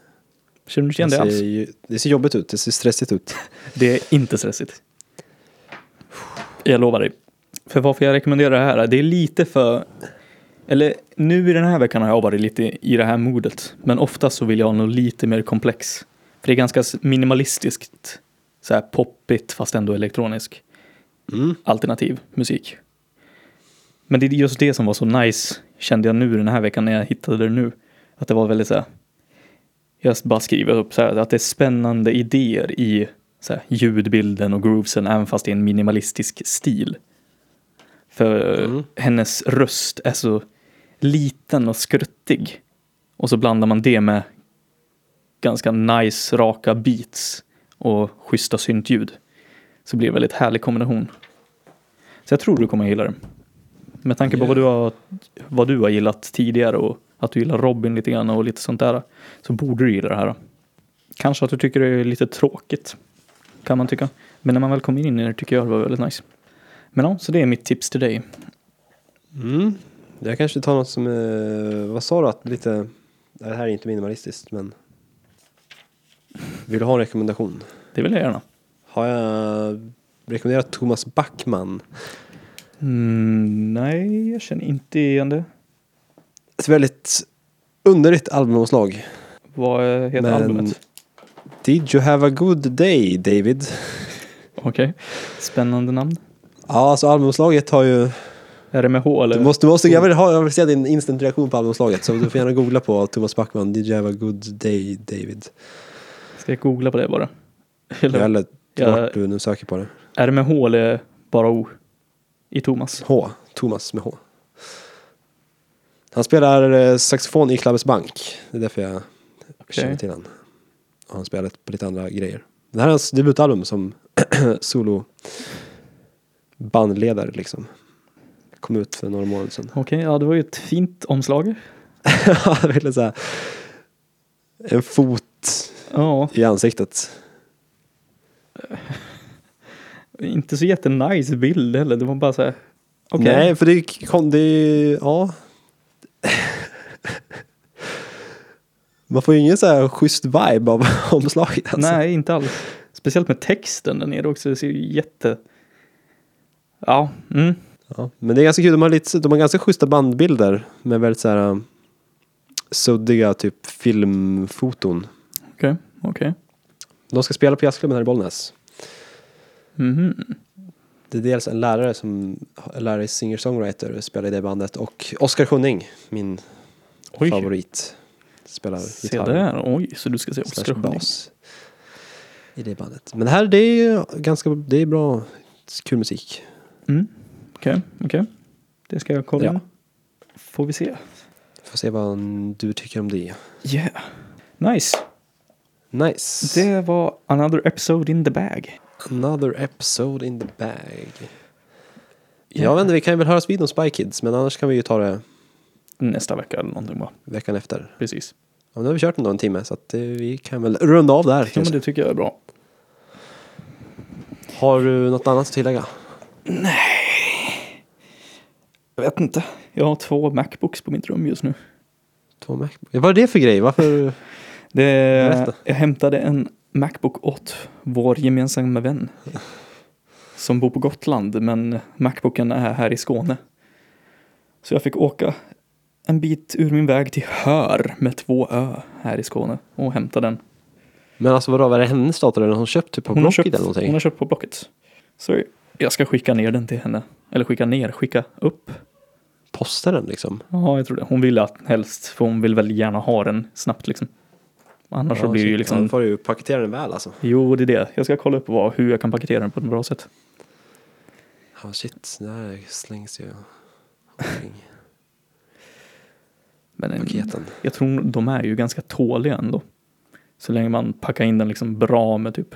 [SPEAKER 2] Känner du inte igen det
[SPEAKER 1] ser
[SPEAKER 2] alls?
[SPEAKER 1] ju- det ser jobbigt ut, det ser stressigt ut.
[SPEAKER 2] Det är inte stressigt. Jag lovar dig. För varför jag rekommenderar det här, är- det är lite för... Eller nu i den här veckan har jag varit lite i det här modet. Men oftast så vill jag ha något lite mer komplex. För det är ganska s- minimalistiskt, så här poppigt fast ändå elektronisk
[SPEAKER 1] Mm.
[SPEAKER 2] alternativ musik. Men det är just det som var så nice, kände jag nu den här veckan när jag hittade det nu. Att det var väldigt så här, jag bara skriver upp så här, att det är spännande idéer i så här, ljudbilden och groovesen, även fast det är en minimalistisk stil. För
[SPEAKER 1] Mm.
[SPEAKER 2] hennes röst är så liten och skruttig. Och så blandar man det med ganska nice, raka beats och schyssta syntljud. Så blir det en väldigt härlig kombination. Så jag tror du kommer att gilla det. Med tanke på vad du, har, vad du har gillat tidigare och att du gillar Robin lite grann och lite sånt där. Så borde du gilla det här. Kanske att du tycker det är lite tråkigt. Kan man tycka. Men när man väl kommer in i det tycker jag det var väldigt nice. Men ja, så det är mitt tips till dig.
[SPEAKER 1] Mm. Jag kanske tar något som, eh, vad sa du att lite, nej, det här är inte minimalistiskt men. Vill du ha en rekommendation?
[SPEAKER 2] Det vill jag gärna.
[SPEAKER 1] Har jag rekommenderat Thomas Backman?
[SPEAKER 2] Mm, nej, jag känner inte igen det.
[SPEAKER 1] Ett väldigt underligt albumomslag.
[SPEAKER 2] Vad eh, heter
[SPEAKER 1] Men-
[SPEAKER 2] albumet?
[SPEAKER 1] Did you have a good day David?
[SPEAKER 2] Okej. Spännande namn.
[SPEAKER 1] Ja, alltså albumomslaget har ju
[SPEAKER 2] Är det med H eller?
[SPEAKER 1] Du måste, du måste, jag, vill ha, jag vill se din instant reaktion på albumomslaget så du får gärna googla på Thomas Backman, Did you have a good day David?
[SPEAKER 2] Ska jag googla på det bara? Eller,
[SPEAKER 1] Eller
[SPEAKER 2] Ja.
[SPEAKER 1] vart du eh, nu söker på det.
[SPEAKER 2] Är det med H eller bara O? I Thomas?
[SPEAKER 1] H, Thomas med H. Han spelar eh, saxofon i Klabbes Bank, det är därför jag känner till honom. Och han spelar på lite andra grejer. Det här är hans debutalbum som (clears throat) solo bandledare liksom. Kom ut för några månader sedan. (laughs)
[SPEAKER 2] Okej, ja det var ju ett fint omslag.
[SPEAKER 1] Jag ville säga en fot
[SPEAKER 2] Ja,
[SPEAKER 1] i ansiktet.
[SPEAKER 2] inte så jättenice bild heller. Det var bara så här. okej.
[SPEAKER 1] Nej, för det är, kon- det är ja. Man får ju ingen så här schysst vibe av (laughs) omslaget. Alltså.
[SPEAKER 2] Nej, inte alls. Speciellt med texten där nere också. Det ser ju jätte... Ja, mm.
[SPEAKER 1] Ja. Men det är ganska kul, de har, lite, de har ganska schyssta bandbilder med väldigt så här um, suddiga typ filmfoton.
[SPEAKER 2] okej, okej.
[SPEAKER 1] De ska spela på jazzklubben här i Bollnäs.
[SPEAKER 2] Mhm.
[SPEAKER 1] Det är dels en lärare som en lärare i singer-songwriter spelar i det bandet och Oskar Sjunning, min
[SPEAKER 2] Oj,
[SPEAKER 1] favorit, spelar
[SPEAKER 2] se där. Oj, så du ska se Oscar
[SPEAKER 1] slash
[SPEAKER 2] Sjönning.
[SPEAKER 1] bas i det bandet. Men det här det är ju ganska det är bra, kul musik.
[SPEAKER 2] Mm. Okej, okej. Det ska jag kolla.
[SPEAKER 1] Ja.
[SPEAKER 2] Får vi se.
[SPEAKER 1] Får se vad du tycker om det.
[SPEAKER 2] Yeah. Nice.
[SPEAKER 1] Nice!
[SPEAKER 2] Det var another episode in the bag.
[SPEAKER 1] Another episode in the bag.
[SPEAKER 2] Yeah.
[SPEAKER 1] Jag vet inte, vi kan ju väl höras vid om Spy Kids, men annars kan vi ju ta det
[SPEAKER 2] Nästa vecka eller någonting va?
[SPEAKER 1] veckan efter.
[SPEAKER 2] Precis.
[SPEAKER 1] Ja, nu har vi kört ändå en timme, så att eh, vi kan väl runda av där.
[SPEAKER 2] Ja, men
[SPEAKER 1] kanske.
[SPEAKER 2] det tycker jag är bra.
[SPEAKER 1] Har du något annat att tillägga?
[SPEAKER 2] Jag vet inte. Jag har två Macbooks på mitt rum just nu.
[SPEAKER 1] Två Mac- Vad är det för grej? Varför?
[SPEAKER 2] Det,
[SPEAKER 1] Berätta.
[SPEAKER 2] jag hämtade en Macbook åt vår gemensamma vän. Som bor på Gotland men Macbooken är här i Skåne. Så jag fick åka en bit ur min väg till Hör med två ö här i Skåne och hämta den.
[SPEAKER 1] Men alltså vadå, var det hennes dator eller har hon köpt typ på
[SPEAKER 2] Hon har,
[SPEAKER 1] Blocket
[SPEAKER 2] köpt,
[SPEAKER 1] eller
[SPEAKER 2] hon
[SPEAKER 1] någonting?
[SPEAKER 2] har köpt på Blocket. Så jag ska skicka ner den till henne. Eller skicka ner, skicka upp.
[SPEAKER 1] Postar den liksom?
[SPEAKER 2] Ja, jag tror det. Hon vill att helst, för hon vill väl gärna ha den snabbt liksom. Annars så
[SPEAKER 1] Ja,
[SPEAKER 2] blir det ju
[SPEAKER 1] shit.
[SPEAKER 2] liksom
[SPEAKER 1] Ja, Då får du ju paketera den väl alltså.
[SPEAKER 2] Jo, det är det. Jag ska kolla upp vad, hur jag kan paketera den på ett bra sätt.
[SPEAKER 1] Ja, shit. Det här slängs ju
[SPEAKER 2] (laughs)
[SPEAKER 1] omkring
[SPEAKER 2] Men eh,
[SPEAKER 1] paketen.
[SPEAKER 2] jag tror de är ju ganska tåliga ändå. Så länge man packar in den liksom bra med typ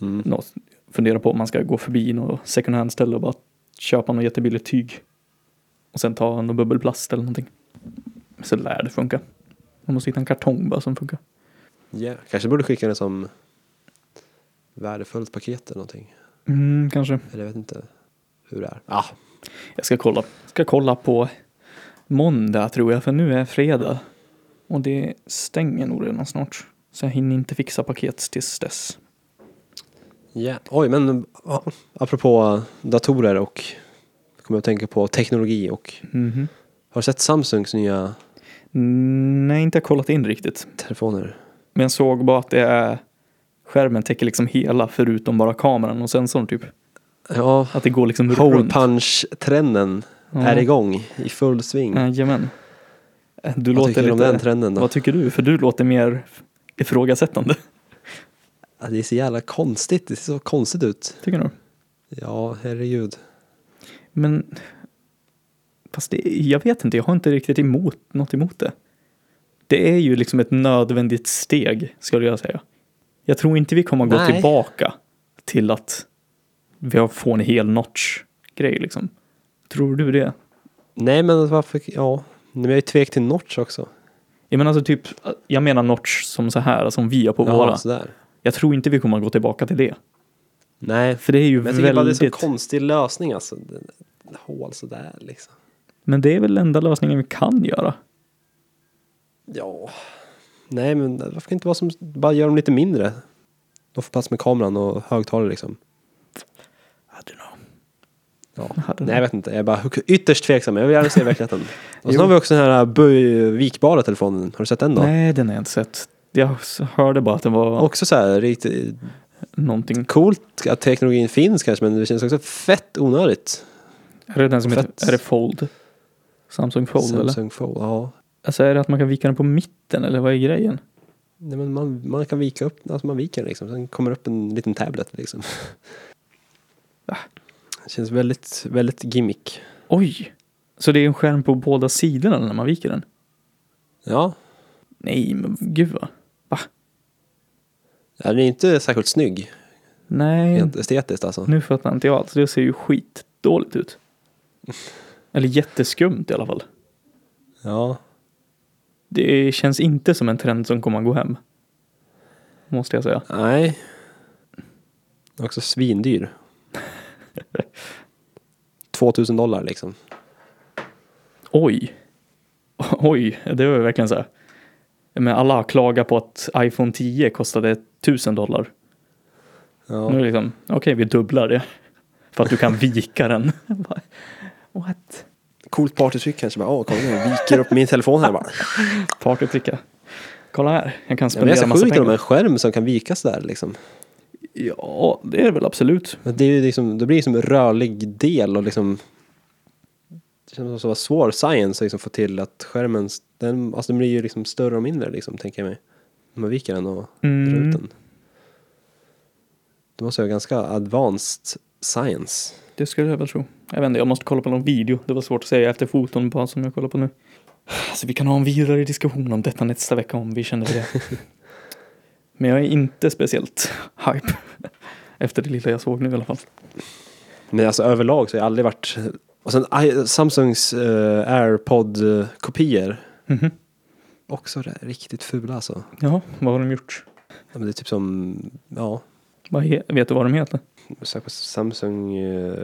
[SPEAKER 1] Mm.
[SPEAKER 2] något. Fundera på om man ska gå förbi något second hand ställe och bara köpa något jättebilligt tyg. Och sen ta någon bubbelplast eller någonting. Så lär det funka. Man måste hitta en kartong bara som funkar.
[SPEAKER 1] Yeah. Kanske borde skicka den som värdefullt paket eller någonting.
[SPEAKER 2] Mm, kanske.
[SPEAKER 1] Eller jag vet inte hur det är. Ah,
[SPEAKER 2] Jag ska kolla. Ska kolla på måndag tror jag, för nu är fredag. Och det stänger nog redan snart. Så jag hinner inte fixa paket tills dess.
[SPEAKER 1] yeah. Oj, men ja, apropå datorer och kommer jag att tänka på teknologi och
[SPEAKER 2] Mhm.
[SPEAKER 1] har du sett Samsungs nya
[SPEAKER 2] Nej, inte har kollat in riktigt.
[SPEAKER 1] telefoner?
[SPEAKER 2] Men jag såg bara att det är skärmen täcker liksom hela förutom bara kameran och sensorn typ.
[SPEAKER 1] Ja,
[SPEAKER 2] Att det går liksom
[SPEAKER 1] hole
[SPEAKER 2] runt.
[SPEAKER 1] punch-trenden
[SPEAKER 2] Ja.
[SPEAKER 1] är igång i full sving.
[SPEAKER 2] Jajamän. Eh, Du
[SPEAKER 1] Vad
[SPEAKER 2] låter
[SPEAKER 1] tycker du om
[SPEAKER 2] lite...
[SPEAKER 1] den trenden då?
[SPEAKER 2] Vad tycker du? För du låter mer ifrågasättande. (laughs)
[SPEAKER 1] Ja, det är så jävla konstigt, det ser så konstigt ut.
[SPEAKER 2] Tycker du?
[SPEAKER 1] Ja, herregud.
[SPEAKER 2] Men... Fast det, jag vet inte, jag har inte riktigt emot, något emot det. Det är ju liksom ett nödvändigt steg, skulle jag säga. Jag tror inte vi kommer gå
[SPEAKER 1] Nej.
[SPEAKER 2] tillbaka till att vi har får en hel notch-grej liksom. Tror du det?
[SPEAKER 1] Nej men varför, ja. Men jag är tvek till notch också.
[SPEAKER 2] Jag menar alltså typ, jag menar notch som så här, som vi har på
[SPEAKER 1] Ja,
[SPEAKER 2] våra.
[SPEAKER 1] sådär.
[SPEAKER 2] Jag tror inte vi kommer gå tillbaka till det.
[SPEAKER 1] Nej,
[SPEAKER 2] För det är ju
[SPEAKER 1] men jag tycker bara det är
[SPEAKER 2] väldigt...
[SPEAKER 1] så konstig lösning alltså. Den- den- Hål sådär liksom.
[SPEAKER 2] men det är väl enda lösningen vi kan göra.
[SPEAKER 1] Ja. Nej men varför kan inte vara som, bara göra dem lite mindre. De får plats med kameran och högtalare liksom.
[SPEAKER 2] I don't know.
[SPEAKER 1] Ja.
[SPEAKER 2] I don't
[SPEAKER 1] Nej jag
[SPEAKER 2] know.
[SPEAKER 1] vet inte, jag är bara ytterst tveksam. Jag vill gärna
[SPEAKER 2] (laughs)
[SPEAKER 1] se verkligheten. Och sen
[SPEAKER 2] Jo.
[SPEAKER 1] har vi också den här böj- vikbara telefonen. Har du sett den då?
[SPEAKER 2] Nej, den har jag inte sett. Jag hörde bara att den var
[SPEAKER 1] Också så här riktigt
[SPEAKER 2] någonting.
[SPEAKER 1] coolt att teknologin finns kanske men det känns också fett onödigt.
[SPEAKER 2] Är det den som
[SPEAKER 1] Fett.
[SPEAKER 2] heter, är det Fold? Samsung Fold eller?
[SPEAKER 1] Samsung Fold, ja.
[SPEAKER 2] Alltså är det att man kan vika den på mitten eller vad är grejen?
[SPEAKER 1] Nej, men man, man kan vika upp, alltså man viker den liksom. Sen kommer upp en liten tablet liksom.
[SPEAKER 2] Va?
[SPEAKER 1] Det känns väldigt, väldigt gimmick.
[SPEAKER 2] Oj! Så det är en skärm på båda sidorna när man viker den?
[SPEAKER 1] Ja,
[SPEAKER 2] Nej, men gud vad. Va?
[SPEAKER 1] Ja, den är inte särskilt snygg
[SPEAKER 2] Nej,
[SPEAKER 1] rent estetiskt alltså.
[SPEAKER 2] nu fattar inte jag alls. Det ser ju skitdåligt
[SPEAKER 1] (laughs)
[SPEAKER 2] ut. Eller jätteskumt i alla fall.
[SPEAKER 1] Ja,
[SPEAKER 2] Det känns inte som en trend som kommer att gå hem. Måste jag säga.
[SPEAKER 1] nej.
[SPEAKER 2] (laughs)
[SPEAKER 1] Också svindyr. 2000 dollar liksom.
[SPEAKER 2] Oj. (laughs) Oj, det var ju verkligen så här. Men alla klagar på att iPhone 10 kostade 1000 dollar.
[SPEAKER 1] Ja.
[SPEAKER 2] Nu är det liksom, okej vi dubblar det. (laughs) För att du kan vika den. Bara, What?
[SPEAKER 1] Coolt partytryck kanske. Bara, åh, kolla nu, jag viker upp min
[SPEAKER 2] (laughs)
[SPEAKER 1] telefon här bara.
[SPEAKER 2] Partypricka. Kolla här, jag kan
[SPEAKER 1] Ja, men det
[SPEAKER 2] spendera
[SPEAKER 1] är så
[SPEAKER 2] massa
[SPEAKER 1] sjukt med
[SPEAKER 2] pengar.
[SPEAKER 1] en skärm som kan vikas där liksom.
[SPEAKER 2] Ja, det är det väl absolut.
[SPEAKER 1] Men det, är ju liksom, det blir liksom en rörlig del och liksom det känns som så svår science att liksom få till att skärmen, den, alltså den blir ju liksom större och mindre liksom, tänker jag mig. Om man viker den och drar
[SPEAKER 2] Mm.
[SPEAKER 1] ut den. Det måste vara ganska advanced science.
[SPEAKER 2] Det skulle jag väl tro. Jag vet inte, jag måste kolla på någon video. Det var svårt att säga efter foton bara som jag kollar på nu. Så vi kan ha en vidare diskussion om detta nästa vecka om vi känner för det. Men jag är inte speciellt hype. Efter det lilla jag såg nu i alla fall.
[SPEAKER 1] Men alltså överlag så har jag aldrig varit... Och sen I- Samsungs eh, AirPod-kopior.
[SPEAKER 2] Mhm.
[SPEAKER 1] Också där, riktigt fula alltså.
[SPEAKER 2] Ja, vad har de gjort?
[SPEAKER 1] Ja, men det är typ som, ja,
[SPEAKER 2] Vad he- vet du vad de heter?
[SPEAKER 1] sök på Samsung eh,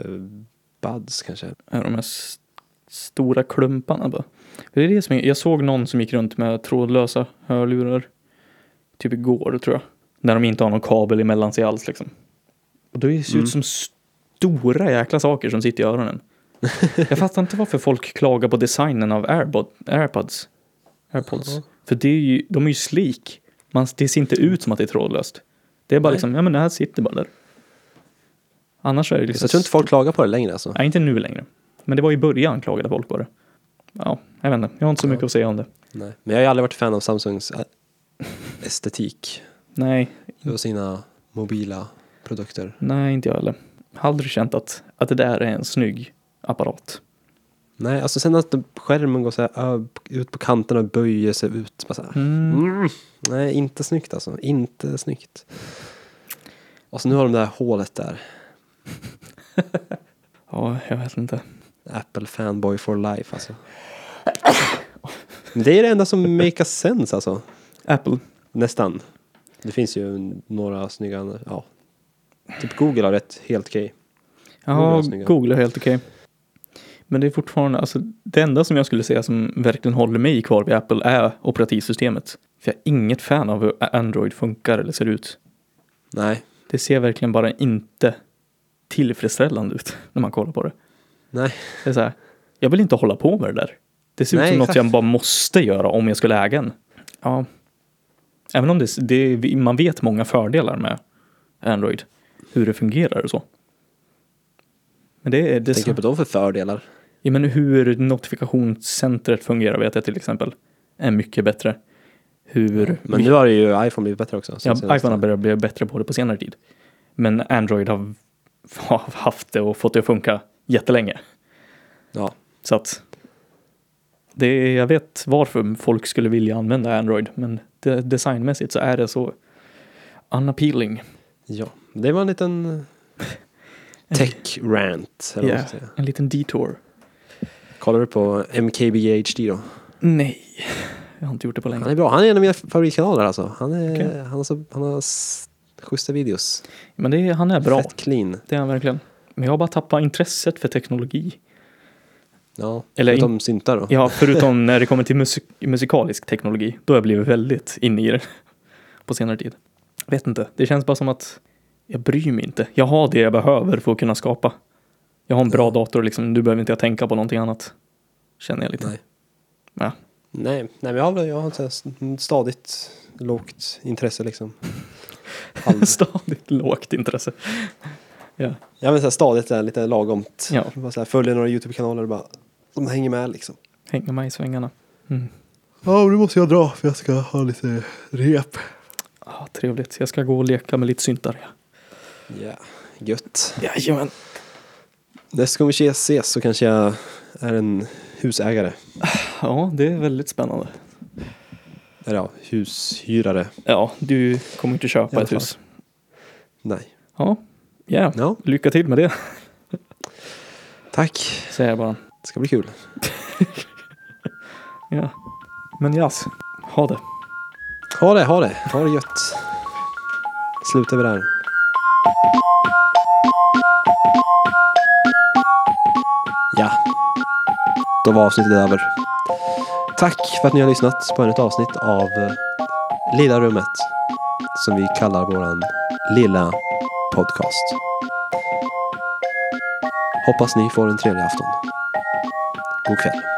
[SPEAKER 1] Buds kanske.
[SPEAKER 2] Är de här s- stora klumparna bara? För det är det som jag, jag såg någon som gick runt med trådlösa hörlurar. Typ igår tror jag. När de inte har någon kabel emellan sig alls liksom. Och det ser
[SPEAKER 1] Mm.
[SPEAKER 2] ut som stora jäkla saker som sitter i
[SPEAKER 1] (laughs)
[SPEAKER 2] öronen. jag fattar inte varför folk klagar på designen av Airbod, airpods. airpods.
[SPEAKER 1] Ja.
[SPEAKER 2] För det är ju, de är ju sleek. Man, det ser inte ut som att det är trådlöst. Det är bara
[SPEAKER 1] Nej.
[SPEAKER 2] liksom, ja men det här sitter bara där. Annars är det
[SPEAKER 1] Så
[SPEAKER 2] liksom
[SPEAKER 1] jag tror inte folk klagar på det längre alltså.
[SPEAKER 2] Nej, inte nu längre. Men det var i början klagade folk på det. Ja, jag vet inte. Jag har inte så mycket att säga om det.
[SPEAKER 1] Nej. Men jag har ju aldrig varit fan av Samsungs ä- estetik.
[SPEAKER 2] Nej,
[SPEAKER 1] Och sina mobila produkter.
[SPEAKER 2] nej inte jag heller. Har aldrig känt att, att det där är en snygg apparat.
[SPEAKER 1] Nej, alltså sen att skärmen går så här ö- ut på kanterna och böjer sig ut. Bara så här.
[SPEAKER 2] Mm.
[SPEAKER 1] Mm. Nej, inte snyggt alltså. Inte snyggt. Och så nu har de det här hålet där.
[SPEAKER 2] Ja, jag vet inte.
[SPEAKER 1] Apple fanboy for life alltså. Men det är det enda som make a sense alltså.
[SPEAKER 2] Apple.
[SPEAKER 1] Nästan. Det finns ju några snygga, andra- ja. Typ Google har rätt helt okej. Google
[SPEAKER 2] Ja,
[SPEAKER 1] är snygga.
[SPEAKER 2] Google är helt okej. Men det är fortfarande, alltså det enda som jag skulle säga som verkligen håller mig kvar vid Apple är operativsystemet. För jag är inget fan av hur Android funkar eller ser ut.
[SPEAKER 1] Nej.
[SPEAKER 2] Det ser verkligen bara inte tillfredsställande ut (laughs) när man kollar på det.
[SPEAKER 1] Nej.
[SPEAKER 2] Det är så här, jag vill inte hålla på med det där. Det ser ut
[SPEAKER 1] Nej,
[SPEAKER 2] som något
[SPEAKER 1] exakt.
[SPEAKER 2] jag bara måste göra om jag skulle äga en. Ja. Även om det, det, man vet många fördelar med Android, hur det fungerar och så. Men det, är- det är
[SPEAKER 1] Tänker
[SPEAKER 2] så,
[SPEAKER 1] på de för fördelar.
[SPEAKER 2] ja, men hur notifikationscentret fungerar vet jag till exempel är mycket bättre. Hur
[SPEAKER 1] Men nu har ju iPhone blivit bättre också. sen
[SPEAKER 2] Ja,
[SPEAKER 1] senast.
[SPEAKER 2] iPhone har börjat bli bättre på det på senare tid. Men Android har har haft det och fått det att funka jättelänge.
[SPEAKER 1] Ja.
[SPEAKER 2] Så att det, jag vet varför folk skulle vilja använda Android, men det, designmässigt så är det så unappealing.
[SPEAKER 1] ja, det var en liten tech-rant. eller vad
[SPEAKER 2] Ja,
[SPEAKER 1] man ska säga.
[SPEAKER 2] en liten detour.
[SPEAKER 1] Kollar du på MKBHD då?
[SPEAKER 2] Nej, jag har inte gjort det på
[SPEAKER 1] Han
[SPEAKER 2] länge.
[SPEAKER 1] är bra. Han är en av mina favoritkanaler alltså. Han, är,
[SPEAKER 2] Okej.
[SPEAKER 1] han, har så, han har s- schyssta videos.
[SPEAKER 2] Men det, han är bra,
[SPEAKER 1] Fett clean.
[SPEAKER 2] det är han verkligen. Men jag har bara tappat intresset för teknologi.
[SPEAKER 1] Ja,
[SPEAKER 2] Eller
[SPEAKER 1] förutom syntar då.
[SPEAKER 2] Ja, förutom när det kommer till musik musikalisk teknologi. Då har jag blivit väldigt inne i det på senare tid. Vet inte, det känns bara som att jag bryr mig inte. Jag har det jag behöver för att kunna skapa. Jag har en bra dator liksom, nu behöver inte jag tänka på någonting annat. Känner jag lite.
[SPEAKER 1] Nej.
[SPEAKER 2] Ja.
[SPEAKER 1] Nej, nej men jag har, väl- jag har ett så här st- stadigt lågt intresse liksom.
[SPEAKER 2] (laughs)
[SPEAKER 1] Halv.
[SPEAKER 2] Stadigt lågt intresse. Ja.
[SPEAKER 1] Ja men så här stadigt, så här, lite lagomt.
[SPEAKER 2] Ja.
[SPEAKER 1] Bara så här, följer några YouTube-kanaler och bara, de hänger med liksom.
[SPEAKER 2] Hänga med i svängarna. Mm.
[SPEAKER 1] Ja, nu måste jag dra för jag ska ha lite rep.
[SPEAKER 2] Ah, trevligt, jag ska gå och leka med lite syntar. ja.
[SPEAKER 1] Ja, gött.
[SPEAKER 2] Jajamän.
[SPEAKER 1] Nästa gång vi ses, ses så kanske jag är en husägare.
[SPEAKER 2] Ja, det är väldigt spännande.
[SPEAKER 1] Eller ja, hushyrare.
[SPEAKER 2] Ja, du kommer inte
[SPEAKER 1] I
[SPEAKER 2] köpa
[SPEAKER 1] alla
[SPEAKER 2] ett
[SPEAKER 1] fall.
[SPEAKER 2] hus.
[SPEAKER 1] Nej.
[SPEAKER 2] Ja, ja.
[SPEAKER 1] Ja,
[SPEAKER 2] Lycka till med det,
[SPEAKER 1] tack.
[SPEAKER 2] säger jag bara.
[SPEAKER 1] Det ska bli kul.
[SPEAKER 2] Ja. Men jas, ha det.
[SPEAKER 1] Ha det, ha det. Ha det gött. Slutar vi där. Ja. Då var avsnittet över. Tack för att ni har lyssnat på ännu ett avsnitt av eh, Lilla rummet. Som vi kallar våran lilla podcast. Hoppas ni får en trevlig afton. God kväll.